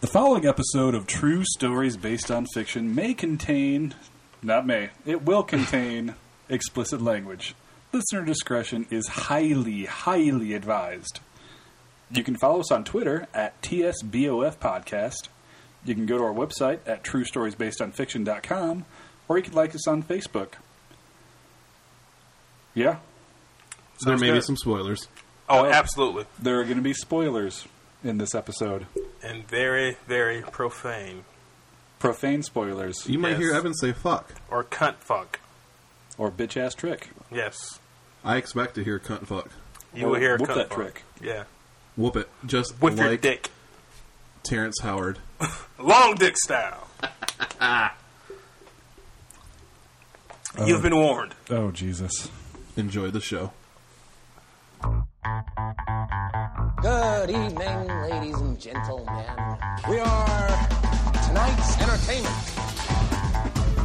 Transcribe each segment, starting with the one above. The following episode of True Stories Based on Fiction may contain, not may, it will contain explicit language. Listener discretion is highly, highly advised. You can follow us on Twitter at TSBOF Podcast. You can go to our website at truestoriesbasedonfiction.com, or you can like us on Facebook. Yeah, So there may be good. some spoilers. Oh, absolutely. there are going to be spoilers in this episode. And very, very profane. Profane spoilers, You might Yes. hear Evan say "fuck." Or cunt fuck. or bitch ass trick. Yes. I expect to hear "cunt fuck." You Or will hear whoop cunt that fuck. trick. Yeah. Whoop it, just With your like dick. Terrence Howard. Long dick style. You've been warned. Oh, Jesus. Enjoy the show. Good evening, ladies and gentlemen. We are tonight's entertainment.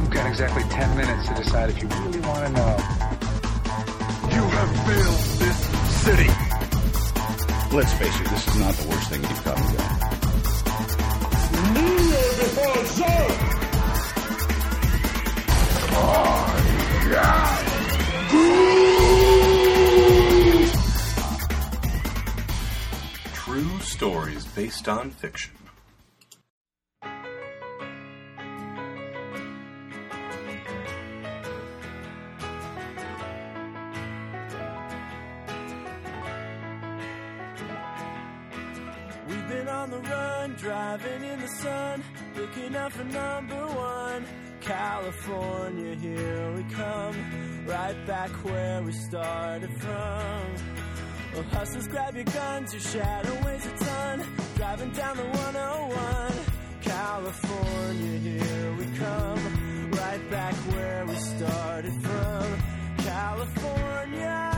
You've got exactly 10 minutes to decide if you really want to know. You have failed this city. Let's face it, this is not the worst thing you've probably done. True stories based on fiction. We've been on the run, driving in the sun, looking out for number one. California, here we come, right back where we started from. Well, hustlers, grab your guns, your shadow weighs a ton, driving down the 101. California, here we come, right back where we started from. California.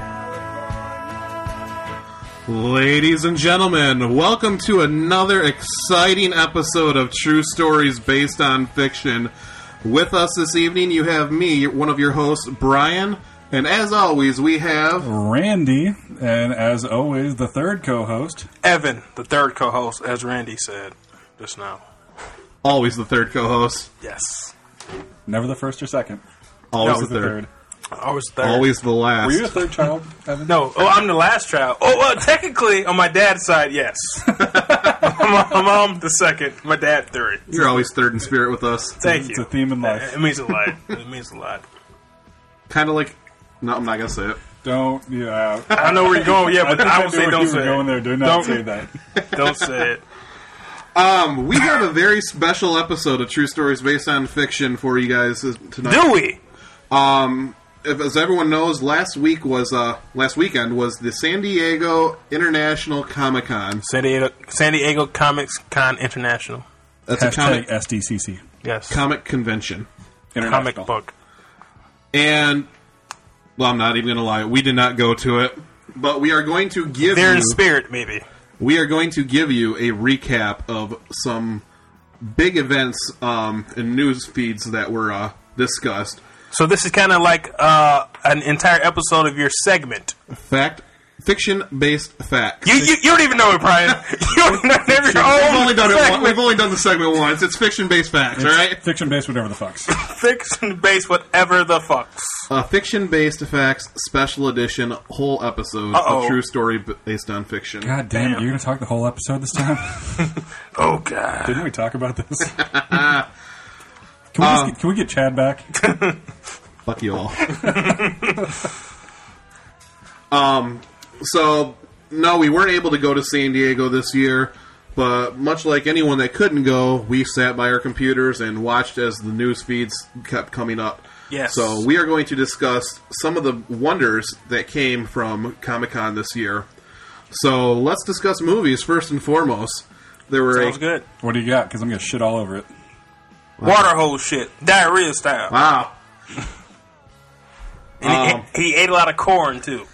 Ladies and gentlemen, welcome to another exciting episode of True Stories Based on Fiction. With us this evening, you have me, one of your hosts, Brian, and as always, we have Randy, and as always, the third co host. Evan, the third co host, as Randy said just now. always the third co-host, Yes. Never the first or second. always Always the third, Always third. always the last. Were you a third child, Evan? No, oh, I'm the last child. Oh, well, technically, on my dad's side, yes. my, my mom, the second. My dad, third. You're always third in spirit with us. Thank It's you. a theme in life. It means a lot. It means a lot. Kind of like, no, I'm not gonna say it. Don't. Yeah. I know where you're going, yeah, I but think I, I, won't knew say where don't you say were it. going there. Do not Don't- say that. Don't say it. Um, we have a very special episode of True Stories Based on Fiction for you guys tonight. Do we? if, as everyone knows, last week was uh, last weekend was the San Diego International Comic Con. San Diego, San Diego Comics Con International. That's a Hashtag comic SDCC. Yes. comic convention, Comic International. book. and well, I'm not even gonna lie, we did not go to it, but we are going to give They're Mm-hmm. you in spirit, maybe. we are going to give you a recap of some big events um, and news feeds that were uh, discussed. So this is kind of like uh, an entire episode of your segment. Fact, fiction based facts. You, you, you don't even know it, Brian. you don't even know it. Your Oh, We've own only, done it segment. one, we've only done the segment once. It's fiction based facts, all right? Fiction based, whatever the fuck's. fiction based whatever the fucks. A fiction based facts special edition whole episode of Uh-oh. true story b- based on fiction. God damn, you're going to talk the whole episode this time? Oh god. Didn't we talk about this? Can we, Uh, just get, can we get Chad back? Fuck you all. um, so, no, we weren't able to go to San Diego this year, but much like anyone that couldn't go, we sat by our computers and watched as the news feeds kept coming up. Yes. So, we are going to discuss some of the wonders that came from Comic Con this year. So, let's discuss movies first and foremost. There were Sounds a, good. What do you got? Because I'm going to shit all over it. Water hole shit. Diarrhea style. Wow. Um, And he, he ate a lot of corn too.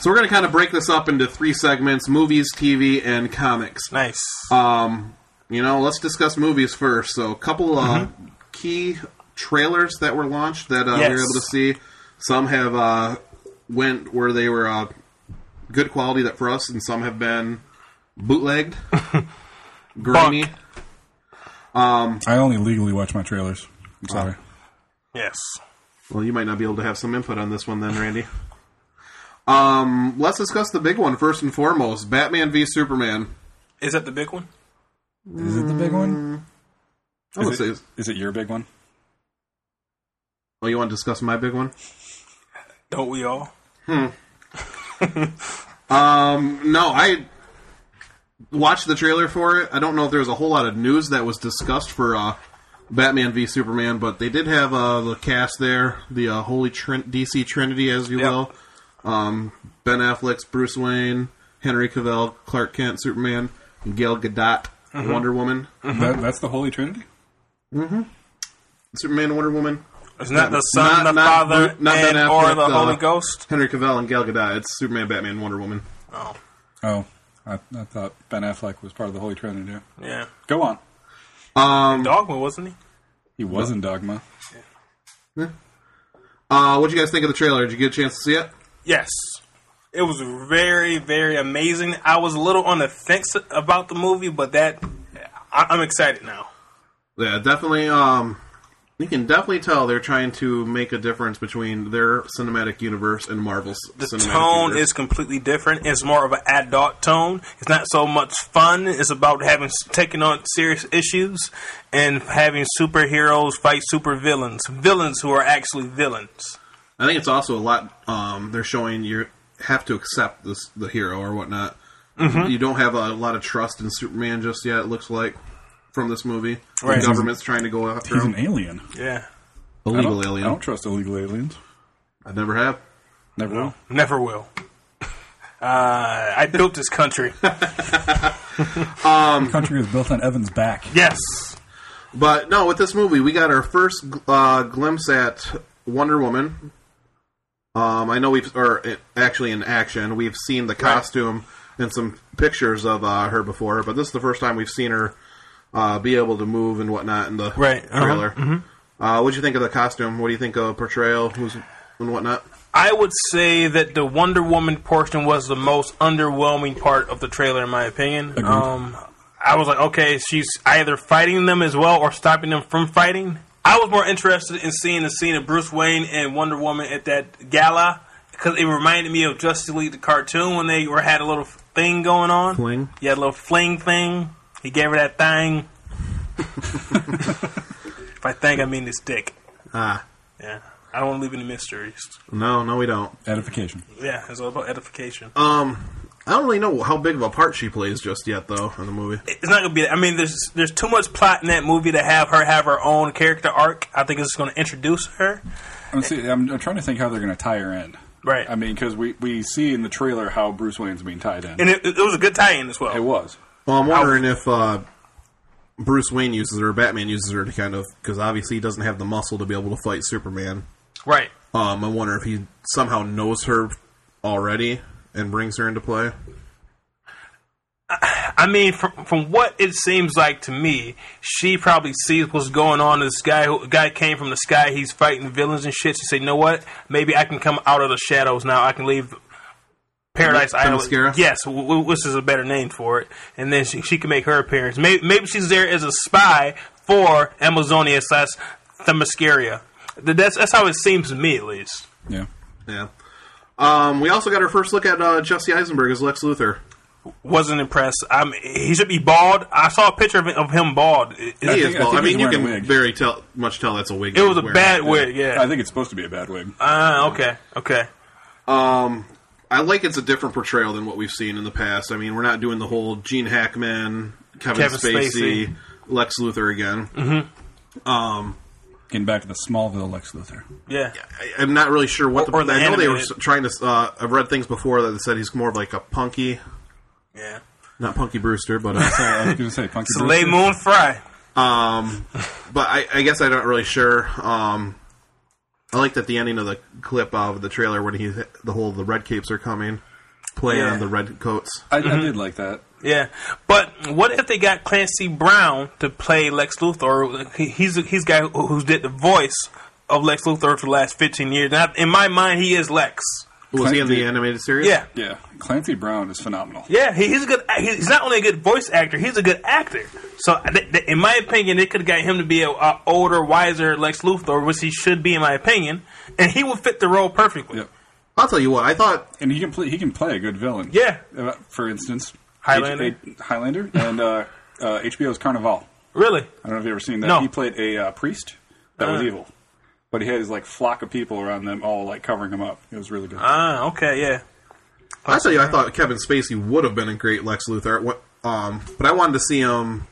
So we're going to kind of break this up into three segments: movies, TV, and comics. Nice. um, You know, let's discuss movies first. So, a couple uh, key trailers that were launched that uh, Mm-hmm. Yes. we were able to see. Some have uh, went where they were uh, good quality that for us, and some have been bootlegged, grimy. Bunk. Um, I only legally watch my trailers. Oh. I'm sorry. Yes. well, you might not be able to have some input on this one then, Randy. Um, let's discuss the big one first and foremost: Batman v Superman. Is that the big one? Is it the big one? I would Is say. it, is it your big one? Oh, you want to discuss my big one? Don't we all? No, I watched the trailer for it. I don't know if there was a whole lot of news that was discussed for uh, Batman v Superman, but they did have uh, the cast there, the uh, Holy Trin- DC Trinity, as you Yep. will. Um, ben Affleck's Bruce Wayne, Henry Cavill, Clark Kent, Superman, and Gail Gadot, Wonder Woman. Mm-hmm. That, that's the Holy Trinity? Superman, Wonder Woman, It's not the Son, Not- the not Father, Bru- not Ben and, or Affleck, the uh, Holy Ghost? Henry Cavill, and Gail Gadot. It's Superman, Batman, Wonder Woman. Oh, Oh, I, I thought Ben Affleck was part of the Holy Trinity. yeah. yeah. Go on. Dogma, wasn't he? He was in Dogma. Uh, what do you guys think of the trailer? Did you get a chance to see it? Yes. It was very, very amazing. I was a little on the fence about the movie, but that I, I'm excited now. Yeah, definitely. Um, you can definitely tell they're trying to make a difference between their cinematic universe and Marvel's. The cinematic tone universe. is completely different. It's more of an adult tone. It's not so much fun. It's about having taking on serious issues and having superheroes fight supervillains, villains who are actually villains. I think it's also a lot. Um, they're showing you have to accept this the hero or whatnot. Mm-hmm. You don't have a lot of trust in Superman just yet. It looks like from this movie, Right. the government's trying to go after He's an him. alien. Yeah, I don't- Illegal I alien. don't trust illegal aliens. I never have. Never will. never will. Uh, I built this country. The country was built on Evan's back. yes, But no, with this movie, we got our first gl- uh, glimpse at Wonder Woman. Um, I know we've, or uh, actually in action, we've seen the costume and some pictures of uh, her before, but this is the first time we've seen her uh, be able to move and whatnot in the Right, uh-huh, trailer. Uh, what do you think of the costume? What do you think of portrayal who's, and whatnot? I would say that the Wonder Woman portion was the most underwhelming part of the trailer, in my opinion. Agreed. Um, I was like, okay, she's either fighting them as well or stopping them from fighting. I was more interested in seeing the scene of Bruce Wayne and Wonder Woman at that gala because it reminded me of Justice League the cartoon when they were had a little thing going on. Fling? Yeah, a little fling thing. He gave her that thing. if I think, I mean this dick. Ah, Yeah, I don't want to live any mysteries. no, no, we don't. Um, Edification. Yeah, it's all about edification. I don't really know how big of a part she plays just yet, though, in the movie. it's not gonna be. I mean, there's there's too much plot in that movie to have her have her own character arc. I think it's going to introduce her. I'm, see, I'm, I'm trying to think how they're going to tie her in. Right. I mean, because we, we see in the trailer how Bruce Wayne's being tied in. and it, it was a good tie-in as well. it was. Well, I'm wondering if uh, Bruce Wayne uses her, or Batman uses her to kind of because obviously he doesn't have the muscle to be able to fight Superman. Right. Um, I wonder if he somehow knows her already and brings her into play. I mean, from from what it seems like to me, she probably sees what's going on. This guy who guy came from the sky. He's fighting villains and shit. She said, "You know what? Maybe I can come out of the shadows now. I can leave." Paradise Themyscira? Island. Yes, w- w- which is a better name for it. And then she, she can make her appearance. Maybe, maybe she's there as a spy for Amazonia slash Themyscira. Th- That's, that's how it seems to me, at least. Yeah. Yeah. Um, we also got our first look at uh, Jesse Eisenberg as Lex Luthor. Wasn't impressed. I'm, he should be bald. I saw a picture of, of him bald. It, He it- is. think- I bald. I, think he's mean, you wearing can a wig. very tell much tell that's a wig. it was a he's bad wearing. wig, yeah. I think it's supposed to be a bad wig. Ah, okay, okay. I like it's a different portrayal than what we've seen in the past. I mean, we're not doing the whole Gene Hackman, Kevin, Kevin Spacey, Spacey. Lex Luthor again. Getting back to the Smallville Lex Luthor. Yeah. I, I'm not really sure what Or- or the. the I know they were animated. s- trying to. Uh, I've read things before that said he's more of like a punky, Yeah. not punky Brewster, but uh, um, I was going to say, Punky Brewster. Soleil Moon Fry. but I, I guess I'm not really sure. Um, I liked at the ending of the clip of the trailer when he the whole the red capes are coming, play Yeah. on the red coats. I, Mm-hmm. I did like that. Yeah. But what if they got Clancy Brown to play Lex Luthor? He- He's he's the guy who who did the voice of Lex Luthor for the last 15 years. And I, in my mind, he is Lex. Was he in the Clancy- animated series? Yeah, Yeah, Clancy Brown is phenomenal. yeah. He, he's a good. act- He's not only a good voice actor, he's a good actor. So, th- th- in my opinion, they could have got him to be a, a older, wiser Lex Luthor, which he should be, in my opinion, and he would fit the role perfectly. Yep. I'll tell you what. I thought and he can play. He can play a good villain. Yeah. Uh, for instance, Highlander. H- H- Highlander, and uh, uh, HBO's Carnival. Really? I don't know if you've ever seen that. No. He played a uh, priest that was Uh. evil, but he had his like flock of people around them, all like covering him up. It was really good. Ah, okay, yeah. I tell you, I thought Kevin Spacey would have been a great Lex Luthor. What- Um, but I wanted to see him.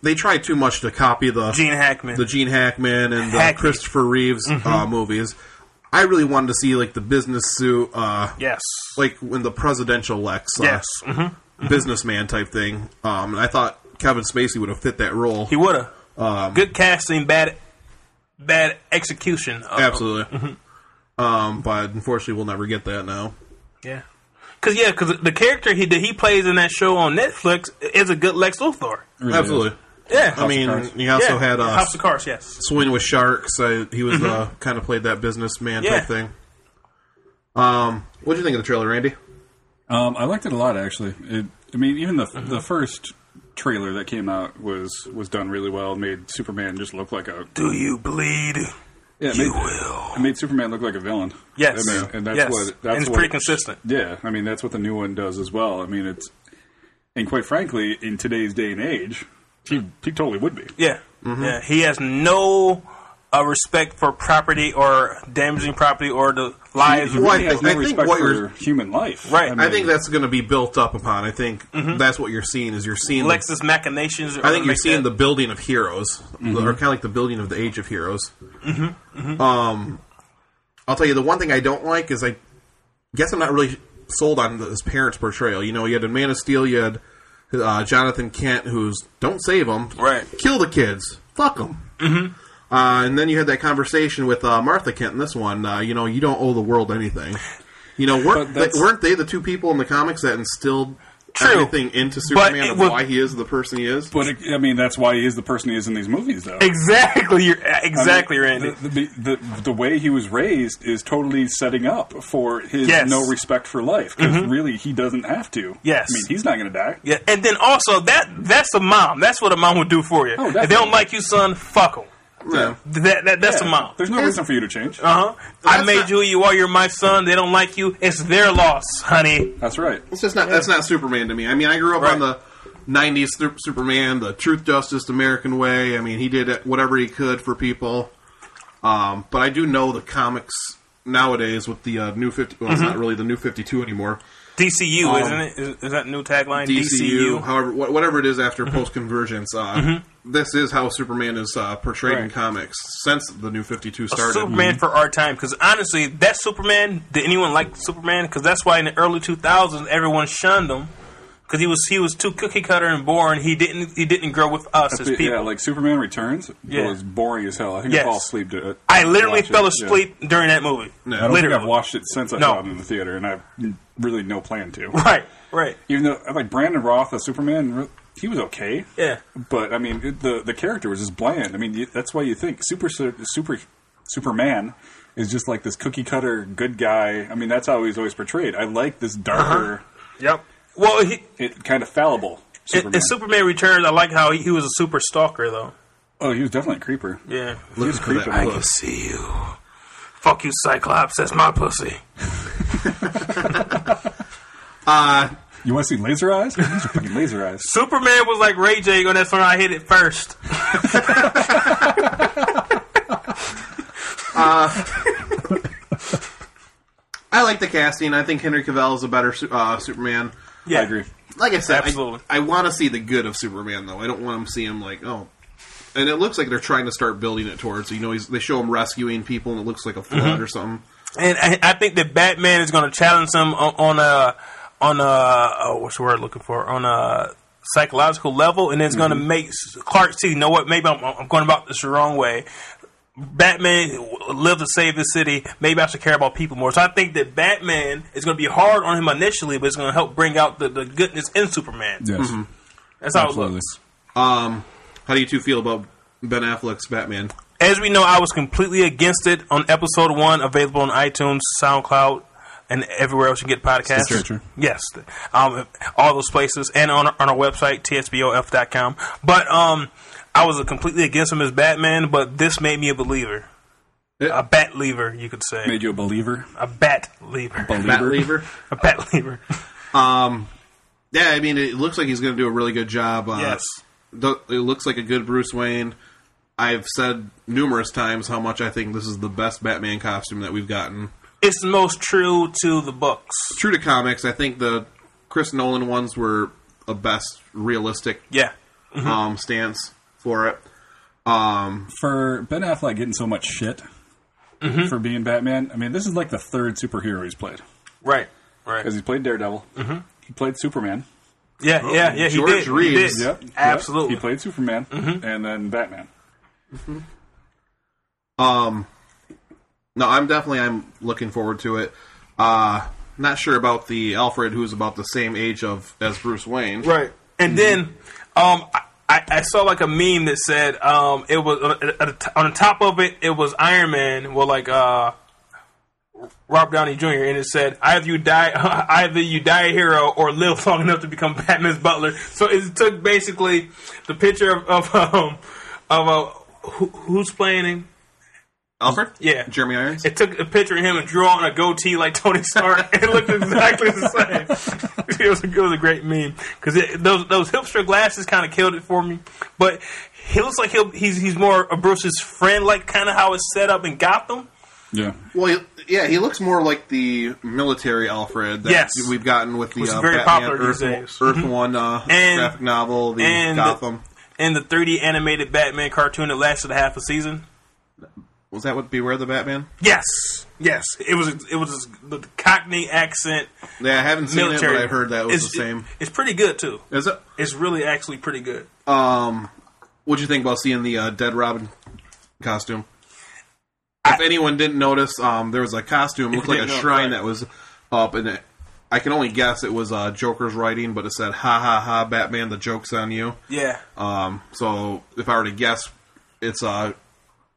They tried too much to copy the Gene Hackman. the Gene Hackman and the Hackney. Christopher Reeves Mm-hmm. uh, movies. I really wanted to see like the business suit, uh, yes. like when the presidential Lex, uh, Yes. Mm-hmm. businessman type thing. Um, and I thought Kevin Spacey would have fit that role. He would have. Um, Good casting, bad, bad execution. Uh, Absolutely. Mm-hmm. Um, but unfortunately, we'll never get that now. Yeah. Cause yeah, cause the character he that he plays in that show on Netflix is a good Lex Luthor. It really Absolutely. is. Yeah. I mean, Cards. he also yeah. had uh, House of Cards. Yes. Swing with Sharks. I, he was uh, kind of played that businessman Yeah. type thing. Um, what do you think of the trailer, Randy? Um, I liked it a lot, actually. It, I mean, even the Mm-hmm. the first trailer that came out was was done really well. It Made Superman just look like a Do you bleed? yeah, it You made, will. it made Superman look like a villain. Yes. I mean, and that's yes. what and that's it's what, pretty consistent. Yeah, I mean that's what the new one does as well. I mean it's and quite frankly, in today's day and age, he he totally would be. Yeah. Mm-hmm. Yeah. He has no uh, respect for property or damaging property or the lives. He Well, I really has think- no I think respect what for you're- human life. Right, mean, I think that's going to be built up upon. I think that's what you're seeing is you're seeing. the- Lex's machinations. I think you're seeing the building of heroes, or kind of like the building of the Age of Heroes. Um, I'll tell you the one thing I don't like is I guess I'm not really sold on his parents' portrayal. You know, you had in Man of Steel, you had uh, Jonathan Kent, who's don't save them, Right. Kill the kids, fuck them. Mm-hmm. Uh, and then you had that conversation with uh, Martha Kent in this one. Uh, you know, you don't owe the world anything. You know, weren't But that's- they, weren't they the two people in the comics that instilled True. everything into Superman it of was- why he is the person he is? But it, I mean that's why he is the person he is in these movies, though. Exactly. You're, exactly, I mean, Randy. The, the, the, the way he was raised is totally setting up for his Yes. no respect for life. Because really, he doesn't have to. Yes. I mean, he's not going to die. Yeah, and then also that that's a mom. That's what a mom would do for you. Oh, if they definitely. don't like you, son, fuck them. Yeah. That, that that's Yeah. a mom. There's no reason for you to change. Uh huh. I That's made not- you who you are. You're my son. They don't like you. It's their loss, honey. That's right. It's just not that's not Superman to me. I mean, I grew up Right. on the '90s Su- Superman, the Truth, Justice, American Way. I mean, he did it- whatever he could for people. Um, but I do know the comics nowadays with the uh, new fifty. Well, Mm-hmm. it's not really the new Fifty Two anymore. DCU, Oh. Um, isn't it? Is, is that new tagline? DCU, however, wh- whatever it is after Mm-hmm. post convergence, uh, this is how Superman is uh, portrayed in Right. comics since the new Fifty Two A started. Superman for our time. Because honestly, that Superman. Did anyone like Superman? Because that's why in the early 2000s, everyone shunned him. Because he was he was too cookie cutter and boring. He didn't he didn't grow with us as But, people. Yeah, like Superman Returns Yeah. was boring as hell. I think Yes. I fell asleep to it. I literally Watch it, fell yeah. asleep during that I movie. I don't literally. think I've watched it since I No. saw it in the theater, and I've n- really no plan to. Right, right. Even though, like Brandon Roth as Superman, re- he was okay. Yeah. But I mean, it, the the character was just bland. I mean, you, that's why you think super Su- super Superman is just like this cookie cutter good guy. I mean, that's how he's always portrayed. I like this darker, Yep. Well, he, it, kind of fallible Superman. Superman. In, Superman Returns, I like how he, he was a super stalker, though. oh, he was definitely a creeper. Yeah. He was for that creepy. I Look. see you. Fuck you, Cyclops. That's my pussy. You want to see laser eyes? These are fucking laser eyes. Superman was like Ray J on that song. I hit it first. I like the casting. I think Henry Cavill is a better su- uh, Superman. Yeah. I agree. like I said, Absolutely. I, I want to see the good of Superman though. I don't want him to see him like oh, and it looks like they're trying to start building it towards. You know, he's, they show him rescuing people, and it looks like a flood Mm-hmm. or something. And I, I think that Batman is going to challenge him on, on a on a oh, what's the word I'm looking for on a psychological level, and it's going to make Clark see. You know what? Maybe I'm, I'm going about this the wrong way. Batman lived to save the city. Maybe I should care about people more. So I think that Batman is going to be hard on him initially, but it's going to help bring out the, the goodness in Superman. Yes, That's how it absolutely. looks. How do you two feel about Ben Affleck's Batman? As we know, I was completely against it on episode one, available on iTunes, SoundCloud, and everywhere else you get podcasts. Stitcher. Stitcher. Yes, um, all those places, and on our, on our website tsbof.com. But um, I was completely against him as Batman, but this made me a believer, a bat lever, you could say, Made you a believer? a bat lever, Bat Lever. a bat lever. Yeah, I mean, it looks like he's going to do a really good job. Uh, Yes. th- It looks like a good Bruce Wayne. I've said numerous times how much I think this is the best Batman costume that we've gotten. It's the most true to the books. True to comics, I think the Chris Nolan ones were a best realistic Yeah, um, stance for it. For Ben Affleck getting so much shit Mm-hmm. for being Batman, I mean, this is like the third superhero he's played. right, right. Because he played Daredevil, mm-hmm. he played Superman. Yeah, yeah, yeah. He George did. He Reeves. did. Yep. Absolutely. Mm-hmm. Yep. He played Superman and then Batman. No, I'm definitely I'm looking forward to it. Uh, not sure about the Alfred, who's about the same age of as Bruce Wayne. Right. And then um, I, I I saw like a meme that said um, it was on, on the top of it. It was Iron Man. Well, like uh, Rob Downey Jr. And it said either you die, either you die a hero or live long enough to become Batman's butler. So it took basically the picture of of um, of uh, who, who's playing him. Alfred, Yeah. Jeremy Irons. It took a picture of him and drew on a goatee like Tony Stark. it looked exactly the same. It was a, it was a great meme because those those hipster glasses kind of killed it for me. But he looks like he'll, he's he's more of Bruce's friend, like kind of how it's set up in Gotham. Yeah. Well, he- yeah, he looks more like the military Alfred that Yes. we've gotten with the Which is uh, very Batman popular Earth, these days. Mm-hmm. Earth One uh, And- graphic novel, the and- Gotham. In the 3D animated Batman cartoon that lasted half a season. Was that what Beware the Batman? Yes, yes, it was it was the Cockney accent Yeah, I haven't seen military. it, but I've heard that was It's- the same. It's pretty good too. Is it? It's really actually pretty good. Um, What'd you think about seeing the uh, Dead Robin costume? If anyone didn't notice, um, there was a costume looked like a didn't know, shrine right. that was up, and it, I can only guess it was uh, Joker's writing, but it said "Ha ha ha, Batman, the joke's on you." Yeah, Um, so if I were to guess, it's a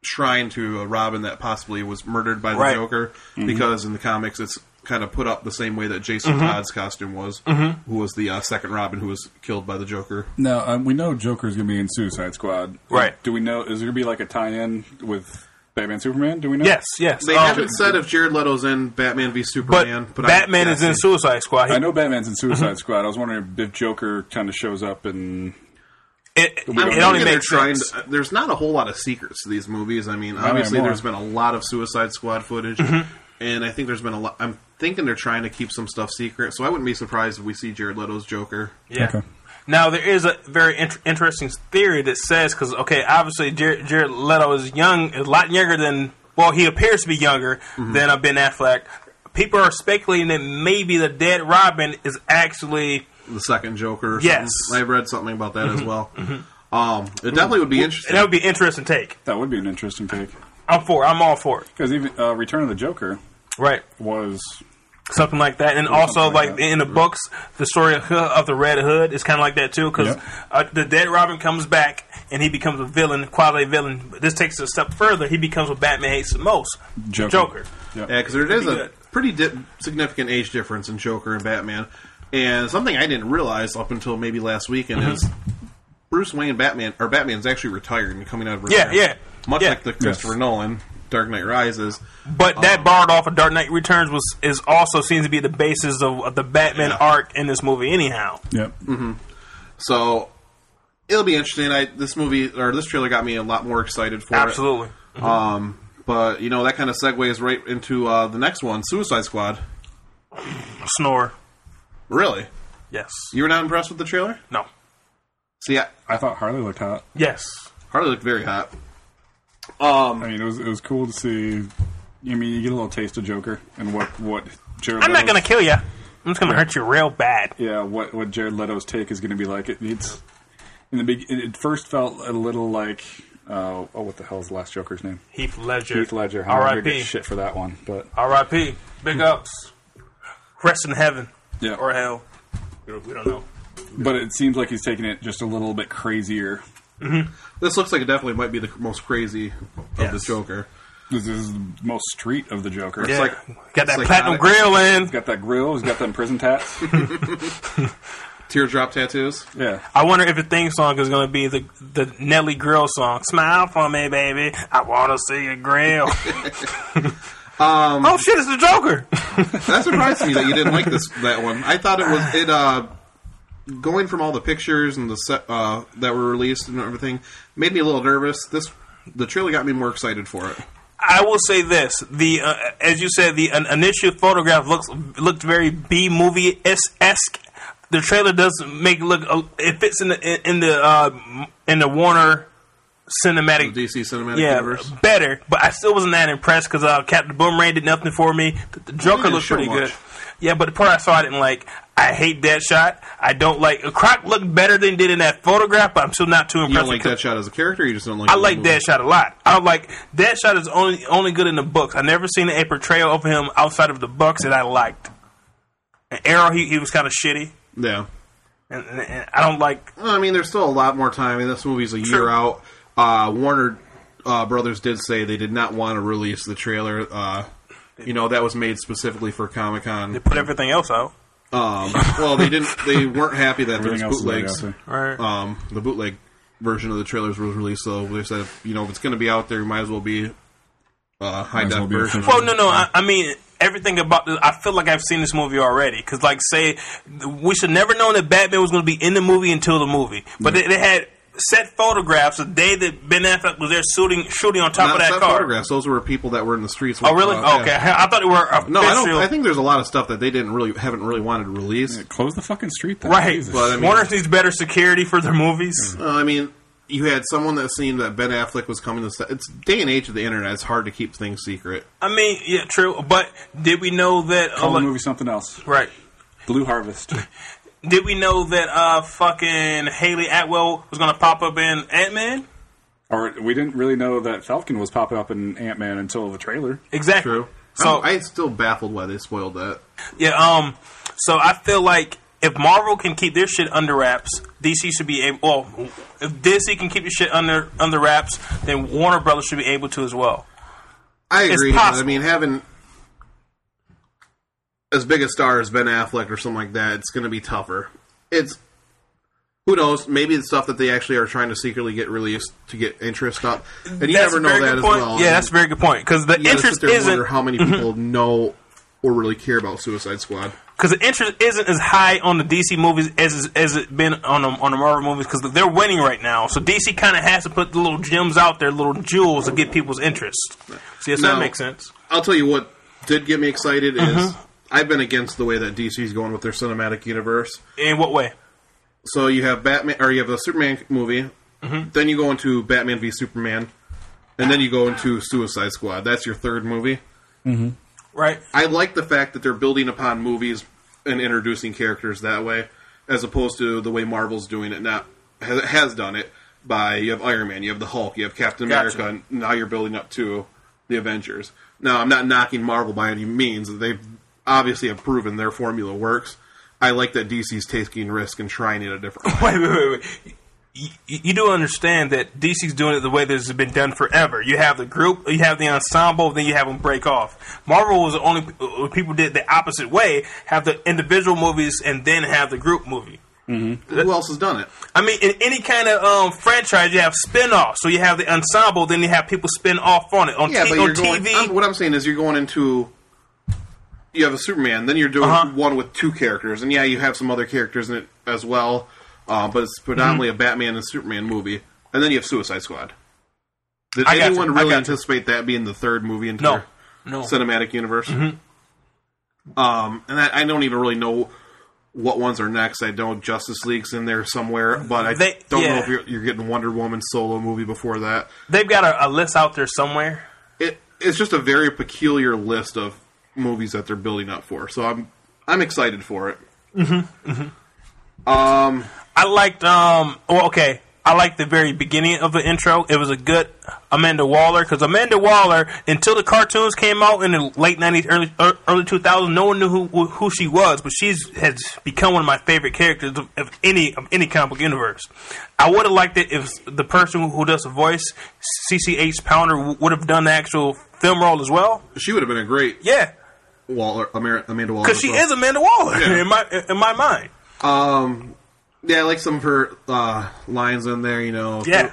shrine to a Robin that possibly was murdered by the Right. Mm-hmm. Joker, because in the comics it's kind of put up the same way that Jason Mm-hmm. Todd's costume was, who was the uh, second Robin who was killed by the Joker. Now um, we know Joker's gonna be in Suicide Squad, Right. Do we know is there gonna be like a tie-in with Batman Superman? Do we know? yes, yes. They Um, haven't said if Jared Leto's in Batman v But, Superman, but, Batman is in Suicide Squad. He- I know Batman's in Mm-hmm. Suicide Squad. I was wondering if Joker kind of shows up and it, it I mean, only they're makes trying. sense. To, there's not a whole lot of secrets to these movies. I mean, obviously, more. there's been a lot of Suicide Squad footage, Mm-hmm. and I think there's been a lot. I'm thinking they're trying to keep some stuff secret, so I wouldn't be surprised if we see Jared Leto's Joker. yeah. Now there is a very int- interesting theory that says because okay, obviously Jared, Jared Leto is young, a lot younger than well, he appears to be younger than uh, Ben Affleck. People are speculating that maybe the dead Robin is actually the second Joker. Or Yes. Mm-hmm. something. I read something about that as well. Um, it definitely would be interesting. that would be an interesting take. that would be an interesting take I'm for. it. I'm all for it. because even uh, Return of the Joker Right. was something like that. And also, something like like, that. in the books, the story of, of the Red Hood is kind of like that too, because Yep. uh, the dead Robin comes back and he becomes a villain, quality villain. But this takes it a step further. He becomes what Batman hates the most, Joker. Joker. Joker. yeah. Yeah, because there is Pretty a good. pretty di- significant age difference in Joker and Batman, and something I didn't realize up until maybe last weekend Mm-hmm. is Bruce Wayne and Batman or Batman's actually retired and coming out of Yeah, retirement. yeah. much Yeah. like the Christopher Yes. Nolan Dark Knight Rises. But that Um, borrowed off of Dark Knight Returns was is also seems to be the basis of, of the Batman Yeah. arc in this movie. Anyhow, Yep. So it'll be interesting. I this movie or this trailer got me a lot more excited for it. absolutely. Um, but you know that kind of segues right into uh, the next one, Suicide Squad. Snore. Really, Yes. you were not impressed with the trailer? No. See, I, I thought Harley looked hot. Yes. Harley looked very hot. Um, I mean, it was it was cool to see. I mean, you get a little taste of Joker and what what Jared. I'm not Leto's- gonna kill you. I'm just gonna hurt you real bad. yeah, what what Jared Leto's take is going to be like. It needs in the big. It, it first felt a little like uh, oh, what the hell is the last Joker's name? Heath Ledger. Heath Ledger. How am I gonna R.I.P. get shit for that one? But R.I.P. Big ups. Rest in heaven Hmm. yeah, or hell. We don't we don't know. but it seems like he's taking it just a little bit crazier. this looks like it definitely might be the most crazy of the Yes. Joker. This is the most street of the Joker. Yeah. It's like got that psychotic. platinum grill in. he's got that grill. He's got them prison tats. Teardrop tattoos. yeah. I wonder if the theme song is going to be the the Nelly Grill song. Smile for me, baby. I want to see a grill. Um, oh shit! It's the Joker. That surprised me that you didn't like this that one. I thought it was it uh going from all the pictures and the set uh, that were released and everything made me a little nervous. This the trailer got me more excited for it. I will say this: the uh, as you said, the an initial photograph looks looked very B movie esque. The trailer does make it look uh, it fits in the in the uh, in the Warner cinematic The DC Cinematic yeah Universe. better, but I still wasn't that impressed because uh, Captain Boomerang did nothing for me. The, the Joker didn't looked show pretty much. good. Yeah, but the part I saw, I didn't like. I hate that shot. I don't like. Croc looked better than he did in that photograph, but I'm still not too impressed. You don't like because- that shot as a character. You just don't like. I the like movie. that shot a lot. I like that shot is only only good in the books. I never seen a portrayal of him outside of the books that I liked. And Arrow, he, he was kind of shitty, Yeah. and, and, and I don't like. I mean, there's still a lot more time. I mean, this movie's a year True. out. Uh, Warner uh, Brothers did say they did not want to release the trailer. Uh, you know, that was made specifically for Comic Con. They put everything else out. Um, well, they didn't. They weren't happy that there was Everything else is laid bootlegs. out Right. Um, the bootleg version of the trailers was released, so they said, you know, if it's going to be out there, might as well be uh, high as def well be version. official. Well, no, no. I, I mean, everything about this. I feel like I've seen this movie already. Because, like, say, we should never know that Batman was going to be in the movie until the movie. But they, they had set photographs the day that Ben Affleck was there shooting shooting on top Not of that set car. photographs; those were people that were in the streets. Oh, with, really? uh, yeah. okay, I thought they were official. No, I don't. I think there's a lot of stuff that they didn't really haven't really wanted to release. Close the fucking street. Then. Right, Jesus. But, I mean- Warner needs better security for their movies. Uh, I mean, you had someone that seemed that Ben Affleck was coming to. St- it's day and age of the internet. It's hard to keep things secret. I mean, yeah, true. But did we know that? uh, Call the like- movie something else. right. Blue Harvest. Did we know that uh, fucking Haley Atwell was gonna pop up in Ant Man? or we didn't really know that Falcon was popping up in Ant Man until the trailer. Exactly. So Uh, So I'm, I'm still baffled why they spoiled that. yeah, um, so I feel like if Marvel can keep their shit under wraps, DC should be able. Well, if DC can keep their shit under under wraps, then Warner Brothers should be able to as well. I It's agree. but I possible. mean, having as big a star as Ben Affleck or something like that, it's going to be tougher. It's who knows? Maybe the stuff that they actually are trying to secretly get released to get interest up, and you That's never a know very that good as point. well. Yeah, that's a very good point because the you gotta sit interest there and wonder isn't how many people know or really care about Suicide Squad. because the interest isn't as high on the DC movies as as it been on the, on the Marvel movies because they're winning right now. So DC kind of has to put the little gems out there, little jewels to get people's interest. So yes, No. that makes sense. I'll tell you what did get me excited is I've been against the way that DC's going with their cinematic universe. In what way? So you have Batman, or you have a Superman movie, then you go into Batman v Superman, and then you go into Suicide Squad. That's your third movie. Right. I like the fact that they're building upon movies and introducing characters that way, as opposed to the way Marvel's doing it now has, has done it by you have Iron Man, you have the Hulk, you have Captain Gotcha. America, and now you're building up to the Avengers. Now I'm not knocking Marvel by any means; they've obviously have proven their formula works. I like that DC's taking risk and trying it a different. way. Wait, wait, wait, wait. You, you do understand that DC's doing it the way this has been done forever. You have the group, you have the ensemble, then you have them break off. Marvel was the only p- uh, people did the opposite way: have the individual movies and then have the group movie. Who else has done it? I mean, in any kind of um, franchise, you have spin-offs. So you have the ensemble, then you have people spin off on it on, Yeah, t- but on you're going. TV. I'm- what I'm saying is, you're going into. You have a Superman, then you're doing Uh-huh. one with two characters, and yeah, you have some other characters in it as well, uh, but Mm-hmm. it's predominantly a Batman and Superman movie, and then you have Suicide Squad. Did I got anyone you, I really got you. anticipate that being the third movie into No. their No. Mm-hmm. cinematic universe? Um, and I, I don't even really know what ones are next. I know Justice League's in there somewhere, but I They- don't know yeah. if you're, you're getting Wonder Woman solo movie before that They've got a, a list out there somewhere. it it's just a very peculiar list of movies that they're building up for. So I'm I'm excited for it. I liked. Um, well, okay. I like the very beginning of the intro. It was a good Amanda Waller because Amanda Waller, until the cartoons came out in the late nineties, early er- early two thousand, no one knew who who she was, but she's has become one of my favorite characters of, of any of any comic book universe. I would have liked it if the person who does the voice, CCH Pounder, w- would have done the actual film role as well. She would have been a great Yeah, Waller, Amer- Amanda Waller. because as she well. is Amanda Waller Yeah. in my in my mind. Um, yeah, I like some of her uh, lines in there. You know, Yeah.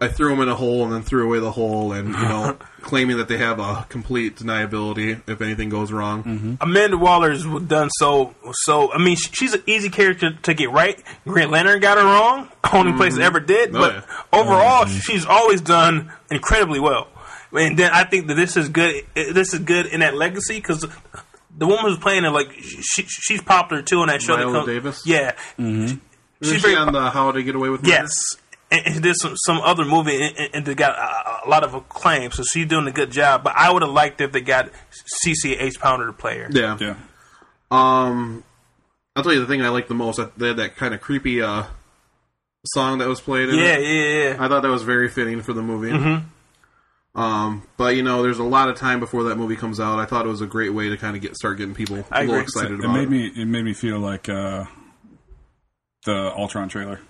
I threw them in a hole and then threw away the hole, and you know, claiming that they have a complete deniability if anything goes wrong. Amanda Waller's done so so. I mean, sh- she's an easy character to get right. Green Lantern got her wrong, only place that ever did. Oh, but yeah. Mm-hmm. overall, she's always done incredibly well. And then I think that this is good. eh, This is good in that legacy because the woman who's playing it, like she, she's popular too in that show. that Viola comes- Davis? Mm-hmm. yeah, Isn't she's she very on the How to Get Away with Murder? Yes. And, and there's some, some other movie and, and- and they got a, a lot of acclaim, so she's doing a good job. But I would have liked if they got CCH Pounder to play her. Yeah. Yeah. Um, I'll tell you the thing I liked the most. I- They had that kind of creepy uh, song that was played. In Yeah, it. yeah, yeah. I thought that was very fitting for the movie. Mm-hmm. Um, but you know, there's a lot of time before that movie comes out. I thought it was a great way to kind of get start getting people a I little agree. excited it about made it. me it made me feel like uh, the Ultron trailer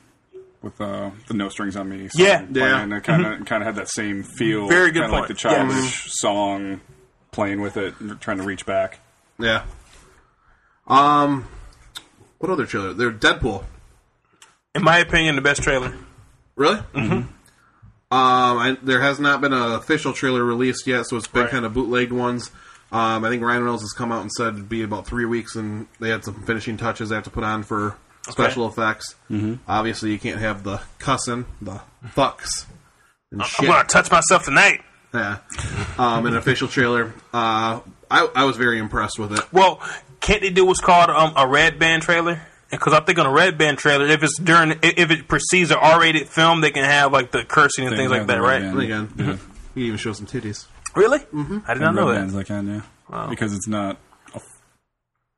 with uh, the no strings on me. song Yeah. Yeah. playing. It kind of kind of had that same feel. Very good kinda point. Like the childish song playing with it, and trying to reach back. Yeah. Um, what other trailer? They're Deadpool. In my opinion, the best trailer. Really? Mm-hmm. Um, I, there has not been an official trailer released yet, so it's been Right. kind of bootlegged ones. Um, I think Ryan Reynolds has come out and said it'd be about three weeks, and they had some finishing touches they have to put on for special effects. Mm-hmm. Obviously, you can't have the cussing, the fucks, and I'm shit. gonna touch myself tonight. Yeah. Um, an official trailer. Uh, I, I was very impressed with it. Well, can't they do what's called um, a red band trailer? Because I think on a red band trailer, if it's during, i- if it precedes an R-rated film, they can have like the cursing and They things like have the that, red right? band. And again, he even shows some titties. Really? Mm-hmm. I did not And know Red that. Band's like, yeah, because it's not of-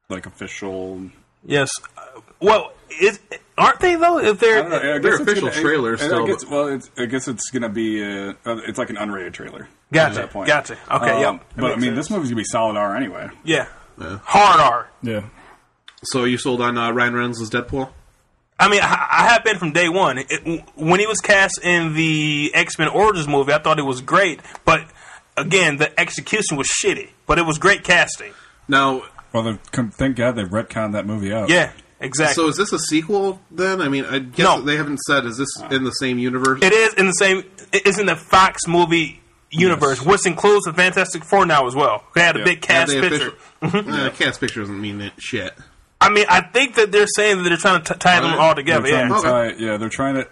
like official. Yes. Uh, well, is, aren't they though? If I don't know, I they're guess it's official gonna- trailer I- I still, guess- but- well, it's, I guess it's gonna be. uh uh, it's like an unrated trailer. Gotcha, At that point. gotcha. Okay, Um, yep. That But I makes mean, sense. this movie's gonna be solid R anyway. yeah, hard R. Yeah. So you sold on uh, Ryan Reynolds' Deadpool? I mean, I, I have been from day one. It, when he was cast in the X Men Origins movie, I thought it was great, but again, the execution was shitty. But it was great casting. Now, Well, they've come, thank God they've retconned that movie out. Yeah, exactly. so is this a sequel then? I mean, I guess No. they haven't said is this in the same universe? it is in the same. It is in the Fox movie universe, Yes. which includes the Fantastic Four now as well. They had a Yeah. big Have cast they picture. Mm-hmm. official- Uh, Cast picture doesn't mean it, shit. I mean, I think that they're saying that they're trying to t- tie them Right. all They're together. trying Yeah, to Okay. tie. Yeah, they're trying to.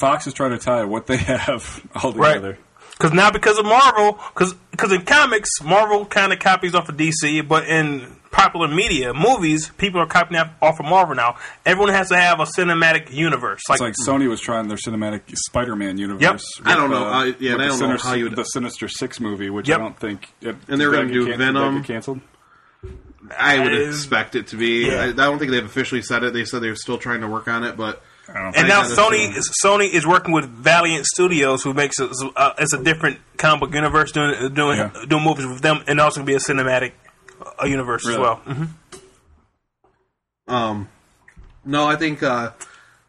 Fox is trying to tie what they have all together. Right. Because now, because of Marvel, because in comics, Marvel kind of copies off of DC, but in popular media, movies, people are copying off- off of Marvel now. Everyone has to have a cinematic universe. Like, It's like Sony was trying their cinematic Spider-Man universe. Yep. I don't know. I- yeah, with and I the don't know how you would- the Sinister Six movie, which Yep. I don't think. It, And they were did that gonna get do can- did that Venom. get canceled. I would is- expect it to be. Yeah. I, I don't think they've officially said it. They said they're still trying to work on it, but and now I gotta Sony say- is, Sony is working with Valiant Studios, who makes a, uh, it's a different comic book universe doing doing Yeah. doing movies with them, and also be a cinematic uh, universe as Really? well. Mhm. um, no, I think uh,